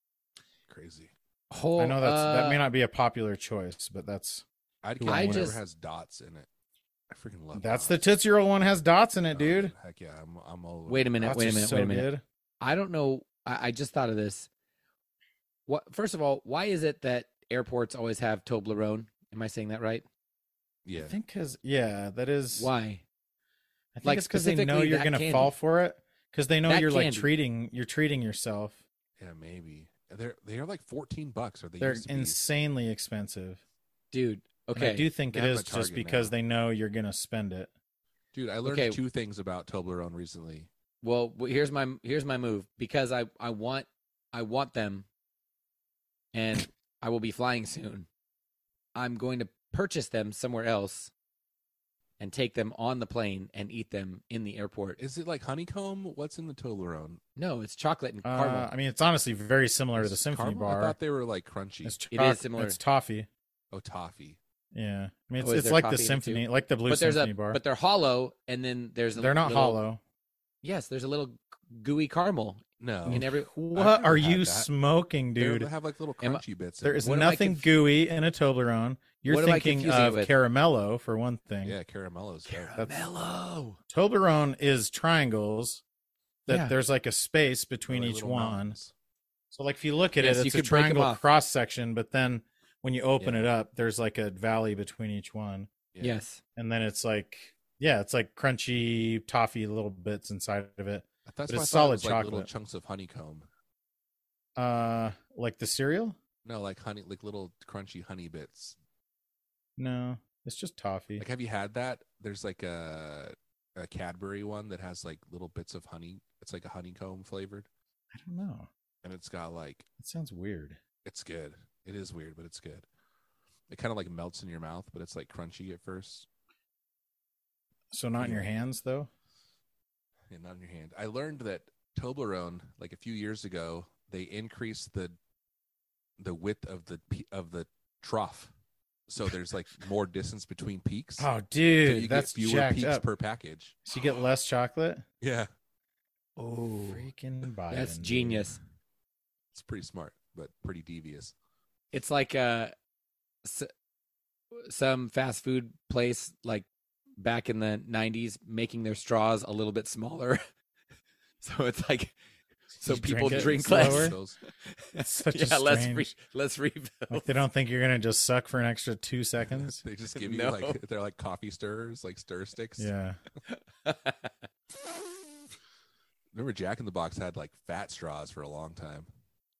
A: crazy.
B: Whole,
C: I know that's that may
B: uh,
C: not be a popular choice, but that's
A: I'd
C: Who
A: get
B: I
A: whatever
B: just-
A: has dots in it. I freaking
B: Oh,
A: love.
C: That's the
A: dots.
C: Tootsie Roll one has dots in
A: Oh,
C: it, dude.
A: Heck yeah, I'm I'm all.
B: Wait a minute.
C: Dots
B: wait
C: are
B: a minute.
C: so
B: wait a minute.
C: good.
B: I don't know. I, I just thought of this. What? First of all, why is it that airports always have Toblerone? Am I saying that right?
A: yeah.
C: I think because yeah, that is.
B: Why?
C: I think
B: like,
C: it's because they know
B: specifically
C: you're
B: that
C: gonna
B: candy.
C: fall for it. Because they know
B: That
C: you're like
B: candy.
C: treating you're treating yourself.
A: Yeah, maybe. They're they're like fourteen bucks. Are they?
C: They're
A: used to be.
C: insanely expensive.
B: Dude,
C: Okay, I
B: okay.
C: do think
A: They
C: it
A: have
C: is
A: a
C: just
A: Target
C: because
A: now.
C: they know you're gonna spend it.
A: Dude, I learned
B: Okay.
A: two things about Toblerone recently.
B: Well, w- here's my here's my move because I I want I want them and I will be flying soon. I'm going to purchase them somewhere else and take them on the plane and eat them in the airport.
A: Is it like honeycomb? What's in the Toblerone?
B: No, it's chocolate and caramel.
C: Uh, I mean, it's honestly very similar to
A: Is
C: the
A: it
C: Symphony
A: caramel? I
C: Bar.
A: thought they were like crunchy.
C: It's
B: It is
C: choc-
B: similar.
C: It's toffee.
A: oh, toffee.
C: Yeah, I mean,
B: Oh,
C: it's,
B: is
C: it's
B: there
C: like
B: coffee
C: the
B: in it,
C: Symphony, like the Blue
B: but there's
C: Symphony
B: a
C: Bar.
B: but they're hollow and then there's a
C: they're not
B: little-
C: hollow.
B: Yes, there's a little gooey caramel
A: No,
B: in every
A: I've
C: What
A: never
C: are
A: had
C: you
A: that.
C: smoking,
A: They're-
C: dude?
A: They have like little
B: Am I-
A: crunchy bits. in
C: there
A: it.
C: is
B: what am I
C: nothing
B: conf-
C: gooey in a Toblerone. You're
B: What am I
C: thinking
B: confusing it
C: of
B: with?
C: caramello for one thing.
A: yeah, caramellos.
B: Caramello.
C: Toblerone is triangles that
B: Yeah.
C: there's like a space between each one. So like if you look at
B: Yes,
C: it,
B: you
C: it's a
B: could break 'em
C: triangle
B: off.
C: cross section, but then when you open
A: Yeah.
C: it up, there's like a valley between each one.
B: Yes.
C: And then it's like yeah, it's like crunchy toffee little bits inside of it.
A: that's
C: But
A: why
C: it's
A: I thought it was,
C: solid
A: like little
C: chocolate.
A: chunks of honeycomb.
C: Uh like the cereal?
A: No, like honey, like little crunchy honey bits.
C: No. It's just toffee.
A: Like, have you had that? There's like a a Cadbury one that has like little bits of honey. It's like a honeycomb flavored,
C: I don't know.
A: and it's got like
C: It sounds weird.
A: it's good. It is weird, but it's good. It kind of like melts in your mouth, but it's like crunchy at first
C: So not in your hands though?
A: and not in your hand. I learned that Toblerone, like a few years ago, they increased the the width of the pe- of the trough, so there's like more distance between peaks.
C: Oh
A: so
C: dude,
A: you
C: that's
A: get fewer
C: jacked
A: peaks
C: up.
A: per package.
C: so you get less chocolate?
A: Yeah,
B: Oh,
C: Freaking Biden.
B: that's
C: dude.
B: genius.
A: it's pretty smart, but pretty devious.
B: It's like uh, s- some fast food place like back in the '90s making their straws a little bit smaller, so it's like so
C: You
B: people
C: it
B: drink
C: slower?
B: less.
A: Those-
C: That's such
B: yeah,
C: a
B: let's
C: strange-
B: re- let's refill.
C: Like they don't think you're gonna just suck for an extra two seconds.
A: they just give you
B: No.
A: like they're like coffee stirrers, like stir sticks.
C: yeah.
A: Remember Jack in the Box had like fat straws for a long time.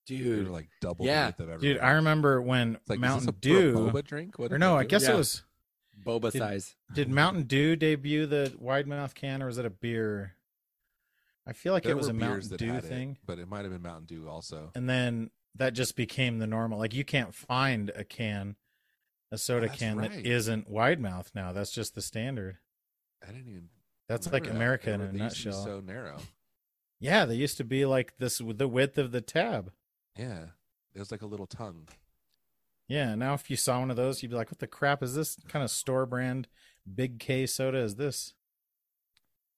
A: They were
B: Dude,
A: like double
B: Yeah.
A: the width of everyone.
C: Dude, I remember when
A: It's like, is
C: Mountain
A: this a, for a
C: Dew
A: boba drink? What did
C: or no,
A: they
C: I
A: do?
C: guess
B: Yeah.
C: it was
B: boba
C: Did-
B: size.
C: did Mountain Dew debut the wide mouth can or was it a beer? I feel like
A: There
C: it was
A: were
C: a
A: beers
C: Mountain
A: that
C: Dew
A: had it,
C: thing.
A: but it might have been Mountain Dew also.
C: And then that just became the normal. Like you can't find a can, a soda
A: that's
C: can
A: right.
C: that isn't wide mouth now. That's just the standard.
A: I didn't even.
C: That's
A: remember
C: like
A: that.
C: America
A: They
C: in
A: were-
C: a
A: they used to be
C: nutshell.
A: So narrow.
C: Yeah, they used to be like this the width of the tab.
A: Yeah, it was like a little tongue.
C: Yeah, now if you saw one of those, you'd be like, "What the crap is this kind of store brand big K soda? Is this?"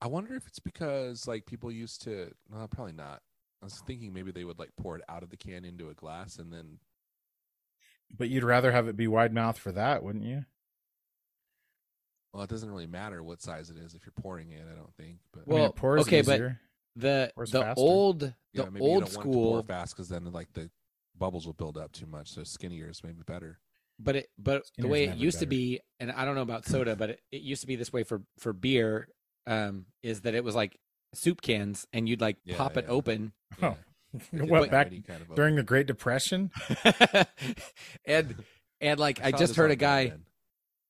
A: I wonder if it's because like people used to. No, probably not. I was thinking maybe they would like pour it out of the can into a glass and then
C: But you'd rather have it be wide mouth for that, wouldn't you?
A: Well, it doesn't really matter what size it is if you're pouring it. I don't think. But
C: I mean,
B: Well,
C: it pours
B: okay, but-
C: easier.
B: The
C: Or it's
B: the
C: faster.
B: old
A: yeah,
B: the
A: maybe you don't
B: old
A: want it
B: school,
A: to pour fast because then like the bubbles will build up too much. So skinnier is maybe better.
B: but it but the
C: Skinner's
B: way it
C: never
B: used to
C: better.
B: be, and I don't know about soda, but it, it used to be this way for for beer. Um, is that it was like soup cans, and you'd like
A: Yeah,
B: pop it
A: yeah.
B: open,
A: Yeah.
C: Oh,
A: If it's
C: what
A: like
C: back
A: any kind of
C: during the Great Depression?
B: and and like I
A: saw
B: just
A: this
B: heard a
A: online
B: guy.
A: then.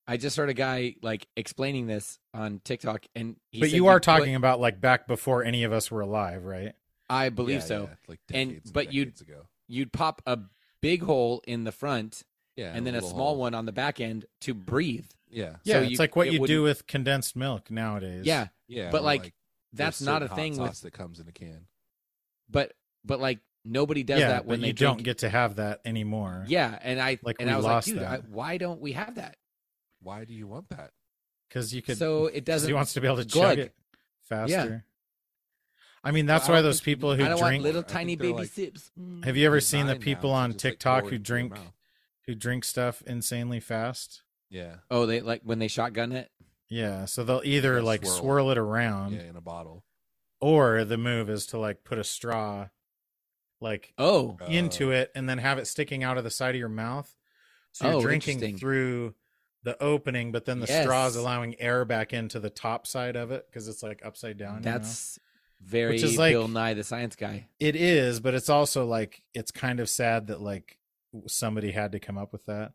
B: I just heard a guy like explaining this on TikTok, and he
C: but
B: said
C: you are
B: put-
C: talking about like back before any of us were alive, right?
B: I believe
A: Yeah,
B: so.
A: yeah, like
B: And-
A: decades
B: but you-
A: decades ago.
B: You'd pop a big hole in the front,
A: yeah,
B: and then a
A: little
B: small
A: hole.
B: one on the back end to breathe.
A: Yeah,
C: Yeah,
B: So
C: it's
B: you-
C: like what
B: it
C: you do with condensed milk nowadays.
B: Yeah,
A: yeah.
B: But,
A: or,
B: like,
A: there's
B: that's not a
A: certain hot
B: thing
A: sauce
B: with,
A: that comes in a can.
B: but but like nobody does
C: yeah,
B: that when
C: but
B: they
C: you
B: drink.
C: don't get to have that anymore.
B: Yeah, and I
C: Like,
B: and
C: we
B: I was
C: lost
B: like, dude, I,
C: that.
B: why don't we have that?
A: Why do you want that?
C: because you could.
B: so it
C: 'cause
B: doesn't.
C: he wants to be able to
B: glug.
C: chug it faster. I mean, that's
A: Well, I
C: why
A: don't
C: those
A: think-
C: people
B: I
C: who
B: don't
C: drink
B: want little
A: I think
B: tiny
A: they're
B: baby
A: like-
B: sips. Mm.
C: Have you ever seen the
A: Designed now
C: people
A: to
C: on
A: just, like,
C: TikTok
A: pour
C: who
A: it into your
C: drink
A: mouth.
C: who drink stuff insanely fast?
A: Yeah,
B: oh, they like when they shotgun it.
C: Yeah, so they'll either
A: Yeah,
C: like
A: swirl.
C: swirl, it around,
A: yeah, in a bottle.
C: or the move is to like put a straw like
B: Oh,
A: Uh,
C: into it and then have it sticking out of the side of your mouth. So you're
B: Oh,
C: drinking
B: interesting.
C: through the opening, but then the
B: Yes.
C: straw is allowing air back into the top side of it because it's like upside down. you know?
B: that's very
C: Which is like-
B: Bill Nye the Science Guy.
C: it is, but it's also like it's kind of sad that like somebody had to come up with that.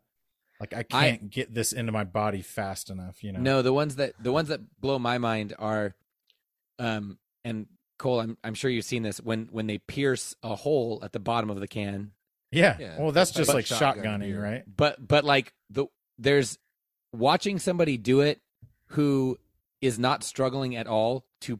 C: Like I can't get this into my body fast enough, you know.
B: No, the ones that the ones that blow my mind are, um, and Cole, I'm I'm sure you've seen this when when they pierce a hole at the bottom of the can,
C: Yeah.
A: Yeah,
C: well, that's
A: it's like
C: just like
A: shotgun
C: shotgunning,
A: beer.
C: right?
B: but but like the there's watching somebody do it who is not struggling at all to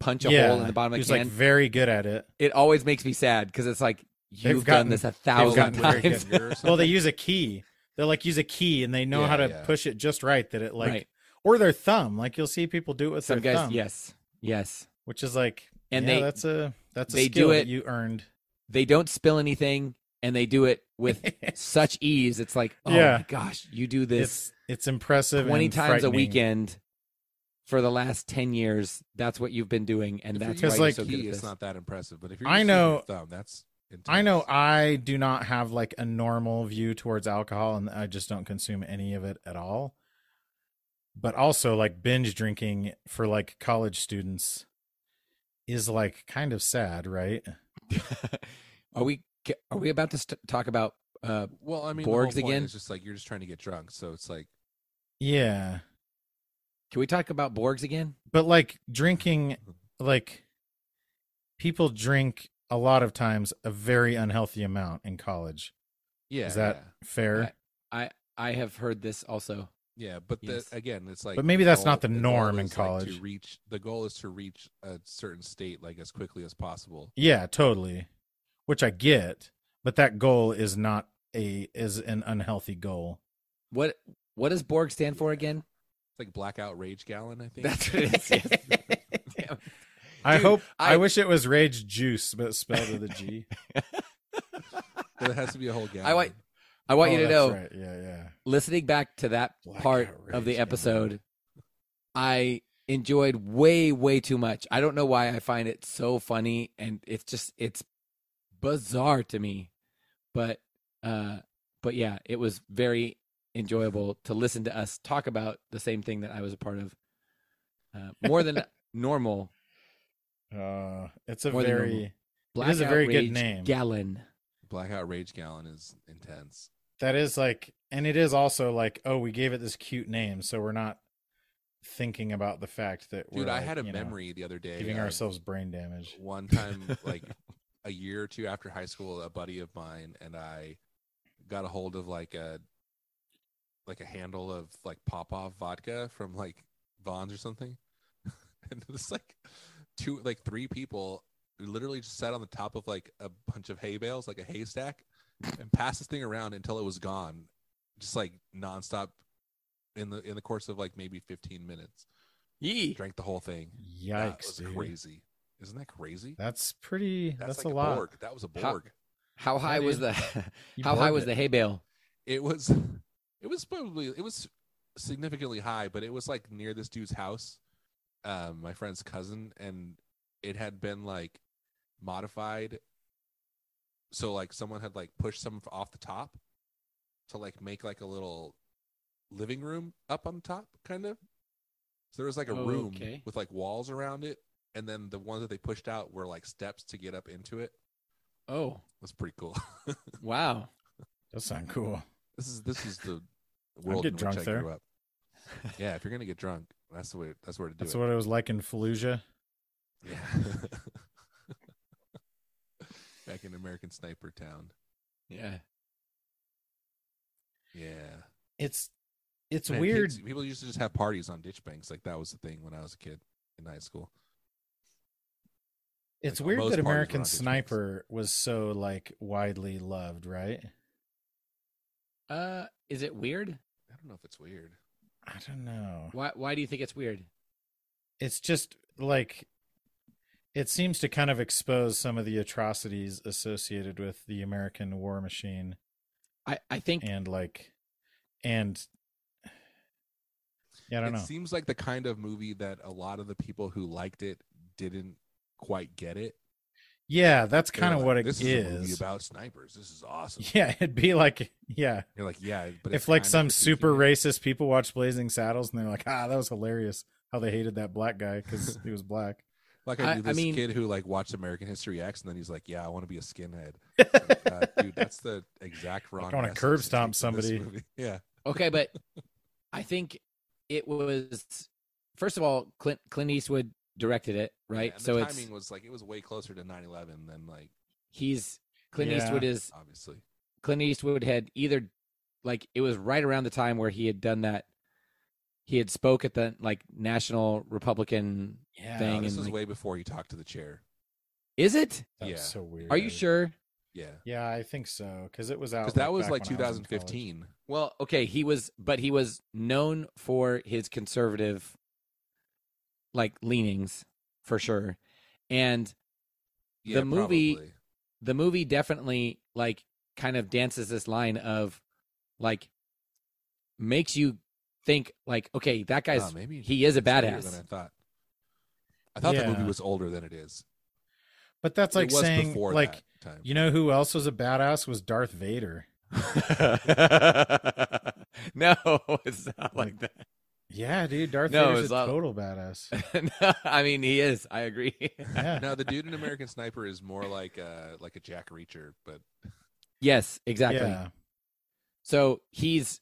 B: punch a hole in the bottom of the
C: He's
B: can.
C: like very good at it.
B: it always makes me sad because it's like
C: They've
B: you've done
C: gotten-
B: this a
C: they've
B: thousand
C: gotten very
B: times.
A: good. Or
C: Well, they
A: something.
C: use a key. They'll like use a key and they know
A: Yeah,
C: how to
A: yeah.
C: push it just right that it like
B: right.
C: or their thumb. Like you'll see people do it with
B: Some
C: their
B: guys,
C: thumb.
B: yes, yes,
C: Which is like
B: and
C: yeah,
B: they
C: that's a That's a
B: They
C: skill
B: do
C: that
B: it-
C: you earned.
B: They don't spill anything, and they do it with such ease. It's like, oh
C: Yeah.
B: my gosh, you do this
C: it's it's impressive.
B: twenty
C: and
B: times a
C: frightening.
B: weekend for the last ten years. That's what you've been doing, and
A: If
B: that's
A: you're
B: why
A: using
C: like-
B: you're so
A: a
B: good
A: key,
B: at
A: it's
B: this.
A: not that impressive. But if you're
C: I
A: using your
C: know-
A: thumb, that's
C: I know
A: intense.
C: I do not have like a normal view towards alcohol and I just don't consume any of it at all. But also like binge drinking for like college students is like kind of sad, right?
B: are we are we about to st- talk about? Uh,
A: Well, I mean, the whole
B: Borgs
A: point
B: again?
A: is just like you're just trying to get drunk, so it's like
C: Yeah.
B: can we talk about Borgs again?
C: But like drinking like people drink a lot of times a very unhealthy amount in college.
A: yeah,
C: is that fair?
B: I have heard this also.
A: yeah, yeah. But
B: Yes.
A: the, again, it's like,
C: But maybe that's
A: goal-
C: not the norm
A: goal
C: in
A: is, like,
C: college.
A: to reach the goal is to reach a certain state like as quickly as possible.
C: Yeah, totally. Which I get, but that goal is not a is an unhealthy goal.
B: What what does Borg stand for again?
A: It's like blackout rage gallon. I think
B: That's what it is. Damn.
C: I
B: Dude,
C: hope I,
B: I-
C: wish it was rage juice, but spelled with a G.
A: But it has to be a whole gallon.
B: I want I want
C: Oh,
B: you to
C: that's
B: know.
C: right. Yeah, yeah.
B: Listening back to that
C: Blackout
B: part of
C: rage,
B: the
C: yeah.
B: episode, I enjoyed way way too much. I don't know why I find it so funny, and it's just it's bizarre to me. But uh, but yeah, it was very enjoyable to listen to us talk about the same thing that I was a part of. Uh, more than normal.
C: Uh, it's a
B: More than normal.
C: very
B: Blackout
C: is a very good
B: rage
C: name.
B: Gallon.
A: blackout rage gallon is intense.
C: that is like, and it is also like, oh, we gave it this cute name, so we're not thinking about the fact that
A: Dude,
C: we're
A: I
C: like,
A: had a
C: you know,
A: memory the other day.
C: giving
A: of
C: ourselves brain damage.
A: one time, like a year or two after high school, a buddy of mine and I got a hold of like a like a handle of like Popov vodka from like Vons or something, and it was like two, like three people who literally just sat on the top of like a bunch of hay bales, like a haystack, and passed this thing around until it was gone, just like nonstop in the in the course of like maybe 15 minutes.
B: Yee.
A: Drank the whole thing. That
C: Yikes,
A: was
C: dude.
A: crazy. Isn't that crazy?
C: That's pretty. That's,
A: like
C: a lot.
A: Borg. That was a
B: How-
A: Borg.
B: How high was
C: dude.
B: the
C: You
B: how high
C: borged
B: was
C: it.
B: the hay bale?
A: It was it was probably it was significantly high, but it was like near this dude's house, um, my friend's cousin, and it had been like modified. So like someone had like pushed some off the top to like make like a little living room up on top, kind of. So there was like a
B: Oh,
A: room
B: okay.
A: with like walls around it, and then the ones that they pushed out were like steps to get up into it.
B: Oh,
A: That's pretty cool.
B: wow.
C: That sound cool.
A: This is this is the world
C: get
A: in which
C: drunk
A: I
C: there.
A: grew up. Yeah, if you're gonna get drunk, that's the way. That's where to do
C: That's
A: it.
C: what it was like in Fallujah.
A: yeah. Back in American Sniper Town.
B: Yeah.
A: Yeah.
C: It's it's
A: Man,
C: weird.
A: kids- people used to just have parties on ditch banks. Like that was the thing when I was a kid in high school.
C: It's
A: Like,
C: weird
A: most
C: that
A: parties were
C: American
A: on ditch banks.
C: Sniper was so like widely loved, right?
B: Uh, is it weird?
A: I don't know if it's weird.
C: I don't know.
B: Why Why do you think it's weird?
C: It's just like it seems to kind of expose some of the atrocities associated with the American war machine
B: I I think
C: and like and yeah, I don't
A: it
C: know.
A: seems like the kind of movie that a lot of the people who liked it didn't quite get it.
C: yeah, that's
A: They
C: kind
A: were
C: of
A: like,
C: what it
A: this
C: is.
A: is. a movie about snipers. This is awesome.
C: yeah, it'd be like yeah,
A: You're like, yeah, but
C: if
A: it's
C: like
A: kinda
C: some
A: critiquing
C: super
A: it.
C: racist people watch Blazing Saddles and they're like, ah, that was hilarious how they hated that black guy because he was black.
A: Like I,
B: I-
A: knew
B: I
A: this
B: mean-
A: kid who like watched American History X, and then he's like, "Yeah, I want to be a skinhead." Like, uh, dude, that's the exact wrong.
C: I wanna
A: message
C: curb
A: to
C: stomp
A: take from this
C: somebody.
A: movie. Yeah,
B: okay, but I think it was first of all Clint Clint Eastwood directed it, right?
A: And
B: so
A: the
B: it's
A: timing was like it was way closer to 9/11 than like
B: he's Clint
C: Yeah.
B: Eastwood is
A: obviously.
B: Clint Eastwood had either like it was right around the time where he had done that. He had spoke at the like National Republican.
C: Yeah,
A: No,
B: Thing
A: Uh, this
B: and,
A: was
B: like-
A: way before you talked to the chair.
B: Is it?
C: That
A: Yeah.
C: was so weird.
B: Are you sure?
A: Yeah,
C: Yeah, I think so because it was out.
A: because that was
C: back
A: like
C: when I in
A: 2015.
B: Well, okay, he was, but he was known for his conservative, like leanings, for sure, and
A: Yeah,
B: The movie-
A: probably.
B: the movie definitely like kind of dances this line of like makes you think like okay that guy's
C: Oh,
A: Ah, maybe
B: he is a
A: it's later
B: badass
A: than I thought. I thought the movie
C: Yeah.
A: was older than it is.
C: But that's like
A: it was
C: saying,
A: before
C: like,
A: that time.
C: you know who else was a badass? Was Darth Vader.
B: no it's not like
C: Mm. Yeah, dude. Darth
B: No, uh,
C: Vader's
B: it's
C: a
B: not-
C: total badass.
B: that no, i mean he is i agree
C: Yeah.
A: now the dude in American Sniper is more like uh like a Jack Reacher, but
B: yes exactly
C: Yeah.
B: so he's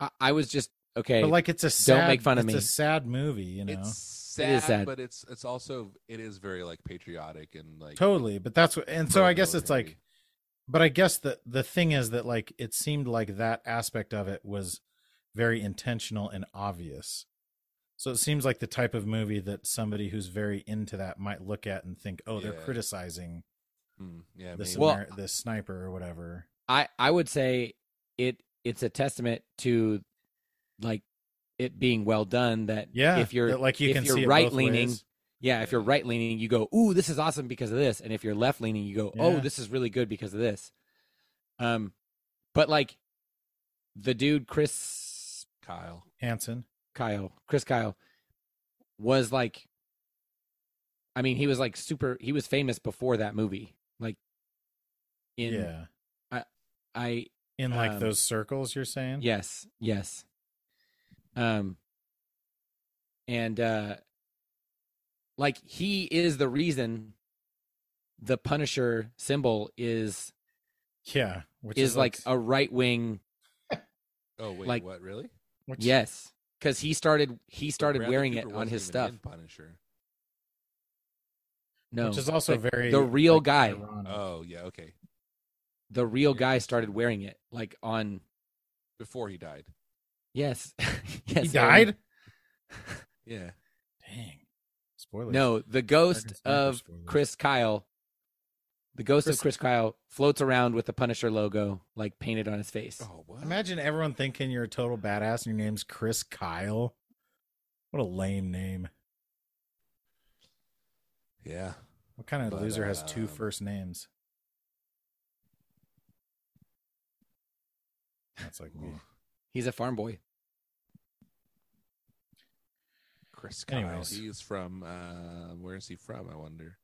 B: I, I was just okay
C: But like, it's a sad,
B: make fun of
C: it's
B: me.
C: a sad movie, you know.
A: it's sad,
B: is sad.
A: but it's it's also it is very like patriotic and like
C: totally. But that's what, and so I guess it's
A: pro-military.
C: like, but I guess the the thing is that like it seemed like that aspect of it was very intentional and obvious. So it seems like the type of movie that somebody who's very into that might look at and think, "Oh, they're
A: Yeah.
C: criticizing
A: Hmm, yeah,
C: this
A: maybe.
B: Well-
C: Amer- this sniper or whatever."
B: I I would say it it's a testament to like it being well done that
C: Yeah,
B: if you're
C: that, like you
B: if
C: can
B: you're
C: see it both
B: right leaning
C: ways.
B: yeah if you're
A: Yeah.
B: right leaning you go ooh this is awesome because of this and if you're left leaning you go oh
C: Yeah.
B: this is really good because of this um but like the dude Chris
A: Kyle.
C: Hanson.
B: Kyle Chris Kyle was like I mean he was like super he was famous before that movie like in
C: yeah,
B: I
C: in like
B: um,
C: those circles you're saying.
B: Yes, yes. Um and uh like he is the reason the Punisher symbol is
C: yeah, which
B: is like a right wing
A: Oh wait,
B: Like-
A: what really?
C: which-
B: yes cuz he started he
A: But
B: started
A: Bradley
B: wearing
A: Cooper
B: it on
A: wasn't
B: his
A: even
B: stuff.
A: in Punisher.
B: No.
C: which is also
B: the,
C: very
B: the real
C: like,
B: guy. Uh,
C: ironic.
A: Oh yeah, okay.
B: the real guy started wearing it like on
A: Before he died.
B: yes. yes.
C: he
B: Aaron.
C: died.
A: Yeah.
C: Dang, spoilers.
B: No, the
C: American
B: ghost
C: Sniper
B: of
C: spoilers.
B: Chris Kyle, the ghost
C: Chris-
B: of Chris Kyle floats around with the Punisher logo like painted on his face.
A: Oh what?
C: Imagine everyone thinking you're a total badass and your name's Chris Kyle. What a lame name.
A: Yeah.
C: What kind of
A: But,
C: loser has two
A: um,
C: first names? That's like me.
B: He's a farm boy.
A: Chris Kyle.
C: Anyways.
A: He's from uh where is he from, I wonder?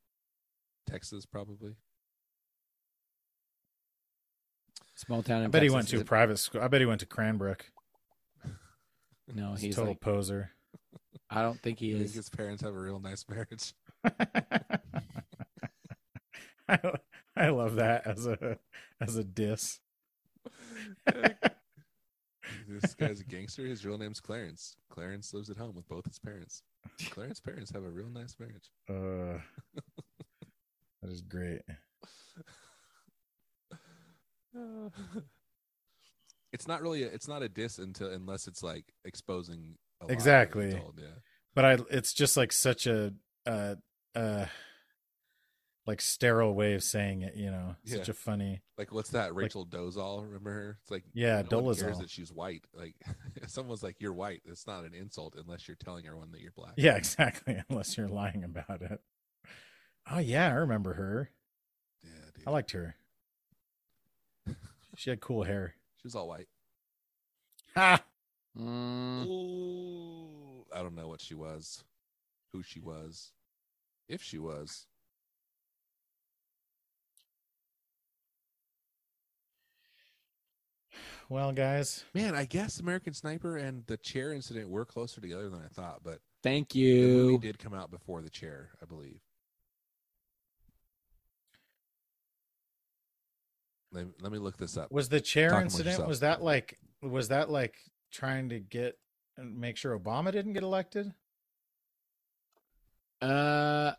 A: Texas probably.
B: Small town.
C: I
B: In
C: bet he
B: Texas.
C: went to
B: He's
C: a private school. I bet he went to Cranbrook.
B: a- no,
C: He's, a
B: he's
C: total
B: like,
C: poser.
B: I don't think he
A: I think
B: is.
A: his parents have a real nice marriage.
C: I, I love that as a as a diss.
A: this guy's a gangster. His real name's Clarence. Clarence lives at home with both his parents. Clarence's parents have a real nice marriage.
C: Uh, that is great.
A: it's not really. A, it's not a diss until unless it's like exposing. A lie that was
C: Exactly.
A: told, yeah.
C: but I it's just like such a uh uh like sterile way of saying it, you know. Such
A: Yeah.
C: a funny
A: Like what's that? Rachel Dozal. Remember her? It's like
C: yeah,
A: no one cares
C: Dolezal.
A: that she's white. Like if someone's like you're white, it's not an insult unless you're telling everyone that you're black.
C: Yeah, exactly. Unless you're lying about it. Oh yeah, I remember her.
A: Yeah, dude.
C: I liked her. She had cool hair.
A: She was all white.
C: Ha!
B: Mm,
A: Ooh, I don't know what she was, who she was, if she was.
C: Well, guys,
A: Man, I guess American Sniper and the chair incident were closer together than I thought, but
B: thank
A: the movie
B: you.
A: did come out before the chair, I believe. Let, let me look this up.
C: was the chair
A: Talk amongst
C: incident
A: yourselves.
C: was that like was that like trying to get and make sure Obama didn't get elected?
B: Uh,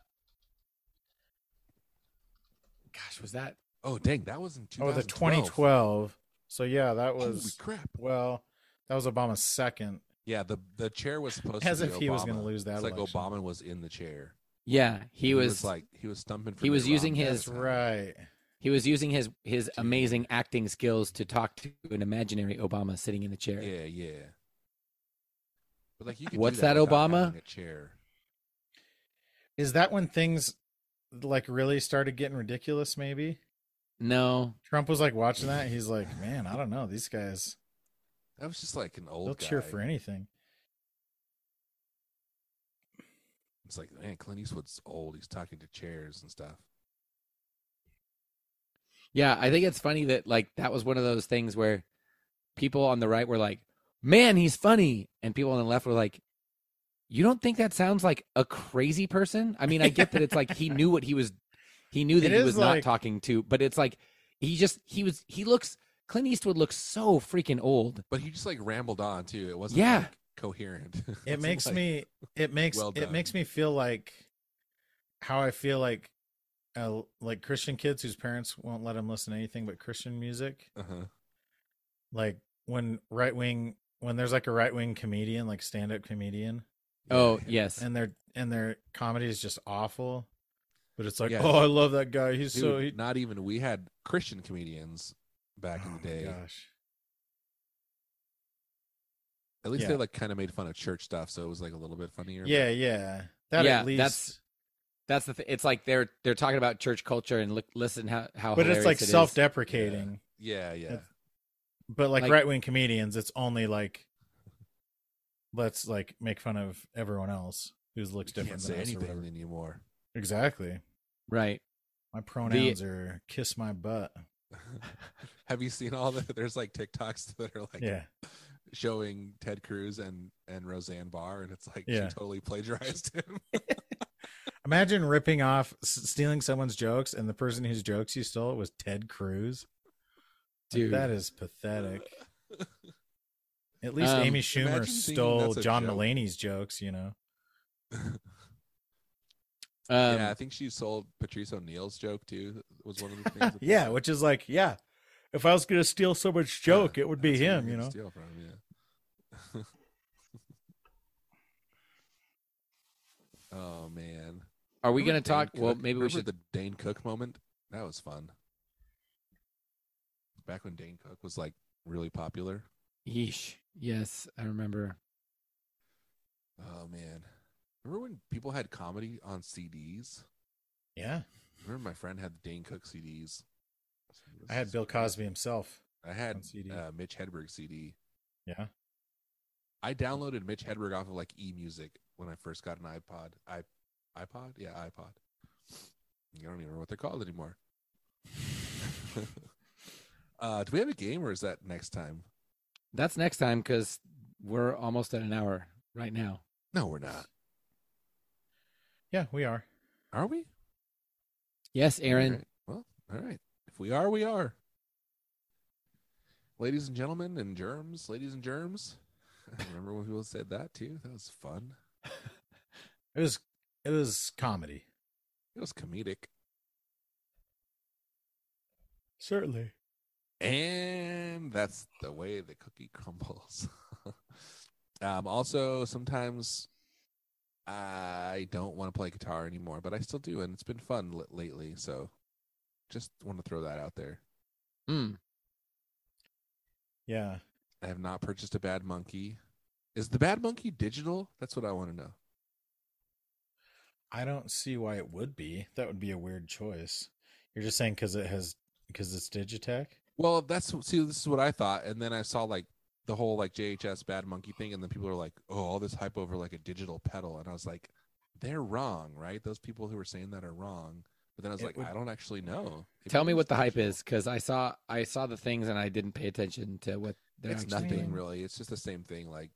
B: gosh, was that?
A: Oh, dang, that was in
C: Oh,
A: 2012.
C: the 2012. So yeah, that
A: Holy
C: was
A: crap.
C: Well, that was Obama's second.
A: Yeah, the the chair was supposed
C: As
A: to be
C: if he was going
A: Obama.
C: to lose that.
A: It's like
C: election.
A: Obama was in the chair.
B: Yeah, he
A: And
B: was,
A: like he was stumping for
B: he was
A: Mitt
B: using
A: Romney.
B: his-
C: That's right.
B: he was using his his amazing acting skills to talk to an imaginary Obama sitting in the chair.
A: Yeah, yeah. But like you could do
B: What's that,
A: without
B: Obama?
A: having A chair.
C: Is that when things like really started getting ridiculous maybe?
B: No,
C: Trump was like watching that. He's like, man, I don't know. These guys,
A: That was just like an old
C: they'll
A: guy.
C: cheer for anything.
A: It's like, man, Clint Eastwood's old. He's talking to chairs and stuff.
B: Yeah, I think it's funny that like that was one of those things where people on the right were like, "Man, he's funny," and people on the left were like, "You don't think that sounds like a crazy person?" I mean, I get that it's like he knew what he was, he knew that
C: It
B: he
C: is
B: was
C: like-
B: not talking to, but it's like he just he was he looks Clint Eastwood looks so freaking old.
A: But he just like rambled on too. It wasn't
B: Yeah.
A: like, coherent.
C: It
A: wasn't,
C: makes
A: like-
C: me, it makes,
A: well
C: it
A: done.
C: makes me feel like how I feel like, uh, like Christian kids whose parents won't let them listen to anything but Christian music.
A: Uh-huh.
C: Like when right wing, when there's like a right wing comedian, like stand up comedian,
B: Oh yes,
C: and their and their comedy is just awful. But it's like,
A: Yeah.
C: oh, I love that guy. He's
A: Dude,
C: so he,
A: not even we had Christian comedians back
C: Oh
A: in
C: my
A: the day.
C: Gosh,
A: At least
C: Yeah.
A: they like kind of made fun of church stuff, so it was like a little bit funnier. but-
C: yeah, yeah. That
B: Yeah,
C: at least,
B: that's- that's the thing. It's like they're they're talking about church culture and look, listen how how.
C: but it's
B: hilarious
C: like
B: it is.
C: self-deprecating.
A: yeah, yeah.
C: That's- But like,
B: Like-
C: right-wing comedians, it's only like, let's like make fun of everyone else who looks
A: You can't
C: different
A: say
C: than us or
A: anything
C: whatever.
A: anymore.
C: Exactly.
B: right?
C: My pronouns are kiss my butt.
A: Have you seen all the? There's like TikToks that are like
C: yeah,
A: showing Ted Cruz and and Roseanne Barr, and it's like
C: Yeah.
A: she totally plagiarized him.
C: imagine ripping off, s- stealing someone's jokes, and the person whose jokes you stole was Ted Cruz. Like,
B: Dude.
C: that is pathetic. At least
B: Um,
C: Amy Schumer
A: imagine thinking
C: stole
A: that's a
C: John
A: joke.
C: Mulaney's jokes, you know.
B: Um,
A: yeah, I think she sold Patrice O'Neill's joke too. Was one of the things. that they
C: yeah,
A: sold.
C: which is like, yeah, if I was gonna steal someone's
A: Yeah,
C: joke, it would be
A: that's where
C: him,
A: you're
C: you
A: gonna
C: know.
A: Steal from, yeah. oh man,
B: Are we
A: Remember
B: going to talk?
A: Dane
B: Well,
A: Cook?
B: maybe we
A: Remember
B: should.
A: the Dane Cook moment. That was fun. Back when Dane Cook was like really popular.
B: Yeesh. Yes, I remember.
A: Oh man, remember when people had comedy on CDs?
C: Yeah,
A: Remember my friend had the Dane Cook CDs.
C: I had Bill Cosby himself.
A: I had
C: on CD.
A: Uh, Mitch Hedberg CD.
C: Yeah,
A: I downloaded Mitch Hedberg off of like E Music when I first got an iPod. I iPod? Yeah, iPod. I don't even remember what they're called anymore. uh, do we have a game or is that next time?
B: That's next time because we're almost at an hour right now.
A: No, we're not.
C: yeah, we are.
A: Are we?
B: Yes, Aaron.
A: All right. Well, all right. If we are, we are. Ladies and gentlemen and germs, ladies and germs. I remember when people said that too. That was fun.
C: It was it was comedy.
A: It was comedic.
C: Certainly.
A: And that's the way the cookie crumbles. um, also, sometimes I don't want to play guitar anymore, but I still do, and it's been fun l- lately. So, just want to throw that out there.
B: Mm.
C: Yeah.
A: I have not purchased a Bad Monkey. Is the Bad Monkey digital? That's what I want to know.
C: I don't see why it would be. That would be a weird choice. You're just saying because it has because it's Digitech.
A: Well, that's see, this is what I thought, and then I saw like the whole like JHS Bad Monkey thing, and then people are like, "Oh, all this hype over like a digital pedal," and I was like, "They're wrong, right? Those people who are saying that are wrong." But then I was
C: It
A: like,
C: would-
A: "I don't actually know." If
B: Tell
A: it
B: me what the hype
A: digital,
B: is because I saw I saw the things and I didn't pay attention to what they're
A: It's
B: actually
A: nothing
B: doing.
A: really. It's just the same thing. Like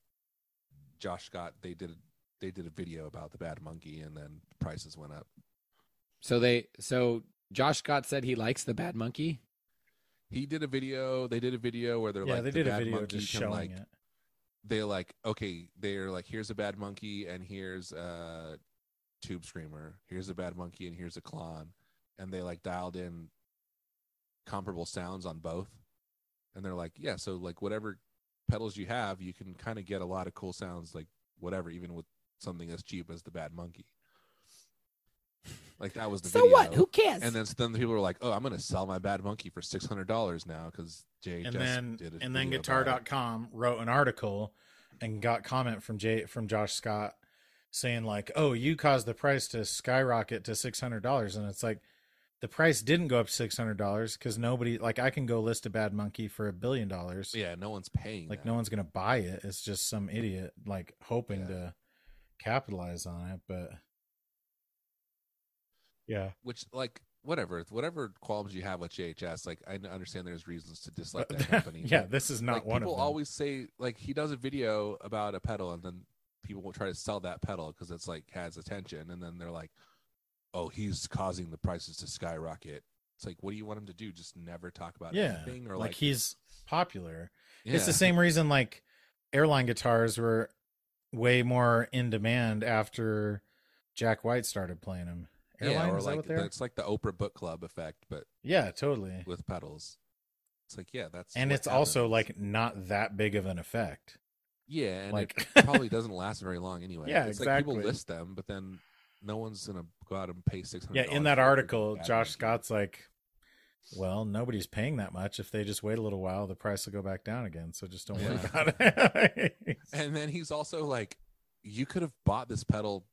A: Josh Scott, they did a, they did a video about the Bad Monkey, and then prices went up.
B: So they so Josh Scott said he likes the Bad Monkey.
A: He did a video. They did a video where they're
C: yeah,
A: like,
C: they
A: the
C: did a
A: Bad
C: video
A: Monkey
C: just
A: can,
C: showing
A: like,
C: it.
A: they like okay they're like here's a bad monkey and here's a tube screamer here's a bad monkey and here's a clown and they like dialed in comparable sounds on both and they're like yeah so like whatever pedals you have you can kind of get a lot of cool sounds like whatever even with something as cheap as the bad monkey like that was the
B: So
A: video.
B: what? Who cares?
A: and then, then the people were like oh i'm gonna sell my bad monkey for $600 now because jhs
C: And then
A: did a
C: and then
A: video about it.
C: guitar.com wrote an article and got comment from Jay from Josh Scott saying like, "Oh, you caused the price to skyrocket to six hundred dollars," and it's like, the price didn't go up six hundred dollars because nobody like I can go list a bad monkey for a billion dollars.
A: Yeah, no one's paying.
C: Like
A: that.
C: no one's gonna buy it. It's just some idiot like hoping
A: Yeah.
C: to capitalize on it, but yeah.
A: Which like whatever, whatever qualms you have with JHS, like I n- understand there's reasons to dislike
C: But-
A: that company.
C: yeah,
A: but,
C: this is not
A: like,
C: one of
A: people
C: them.
A: always say like he does a video about a pedal and then people will try to sell that pedal because it's like has attention and then they're like, oh, he's causing the prices to skyrocket. It's like, what do you want him to do? Just never talk about
C: yeah,
A: anything or
C: like,
A: like,
C: he's popular.
A: yeah,
C: It's the same reason like airline guitars were way more in demand after Jack White started playing them.
A: yeah,
C: Airline
A: or
C: is that
A: like
C: what they're?
A: it's like the Oprah Book Club effect, but
C: Yeah, totally.
A: with pedals. It's like yeah, that's
C: and
A: what
C: it's also
A: happens.
C: like not that big of an effect.
A: yeah, and it
C: like
A: probably doesn't last very long anyway.
C: Yeah,
A: it's like people
C: exactly.
A: list them, but then no one's gonna go out and pay six hundred.
C: yeah, in that article, Josh Scott's like, "Well, nobody's paying that much. If they just wait a little while, the price will go back down again. So just don't worry
A: Yeah.
C: about it."
A: and then he's also like, "You could have bought this pedal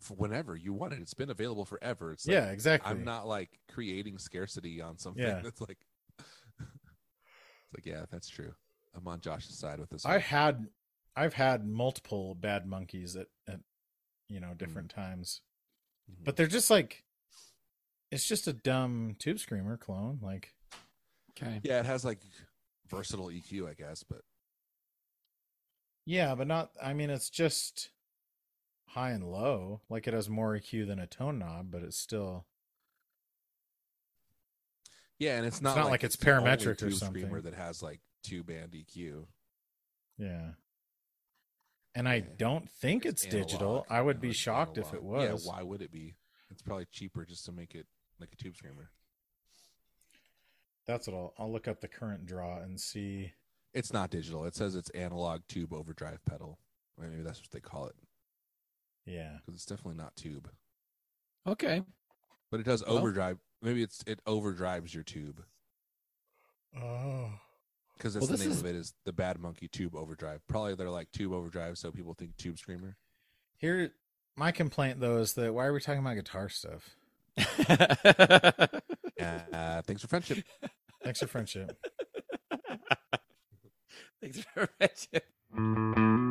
A: for whenever you wanted. It's been available forever. It's like,
C: yeah, exactly.
A: I'm not like creating scarcity on something.
C: Yeah.
A: That's like, it's like yeah, that's true. I'm on Josh's side with this.
C: I
A: one.
C: had, I've had multiple bad monkeys at, at you
A: Mm.
C: know, different times,
A: Mhm.
C: but they're just like, it's just a dumb tube screamer clone. Like,
B: Okay.
A: yeah, it has like versatile EQ, I guess, but
C: Yeah, but not. I mean, it's just high and low. Like it has more EQ than a tone knob, but it's still.
A: Yeah, and it's not,
C: not like it's
A: the only
C: parametric or
A: tube
C: something.
A: Screamer that has like two band EQ.
C: Yeah. And I
A: Yeah.
C: don't think it's,
A: It's
C: digital.
A: analog,
C: I would
A: you know,
C: be
A: it's
C: shocked if it
A: analog.
C: was.
A: Yeah, why would it be? It's probably cheaper just to make it like a tube screamer.
C: That's what I'll. I'll look up the current draw and see.
A: It's not digital. It says it's analog tube overdrive pedal. Or maybe that's what they call it
C: Yeah.
A: because it's definitely not tube,
B: Okay.
A: but it does
B: Well-
A: overdrive. Maybe it's it overdrives your tube
C: Oh.
A: because that's
B: Well,
A: the
B: this
A: name
B: is-
A: of it is the Bad Monkey Tube Overdrive. Probably they're like tube overdrive, so people think tube screamer.
C: Here, my complaint though is that why are we talking about guitar stuff?
A: Uh, thanks for friendship.
C: Thanks for friendship.
B: Thanks for mentioning.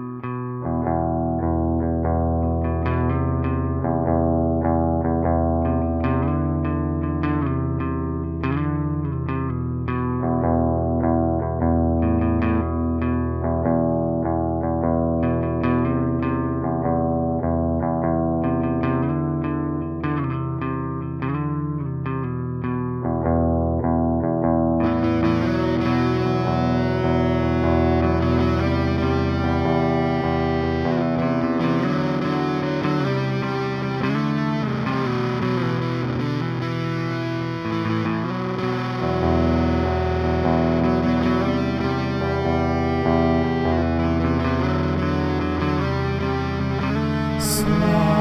C: Slow.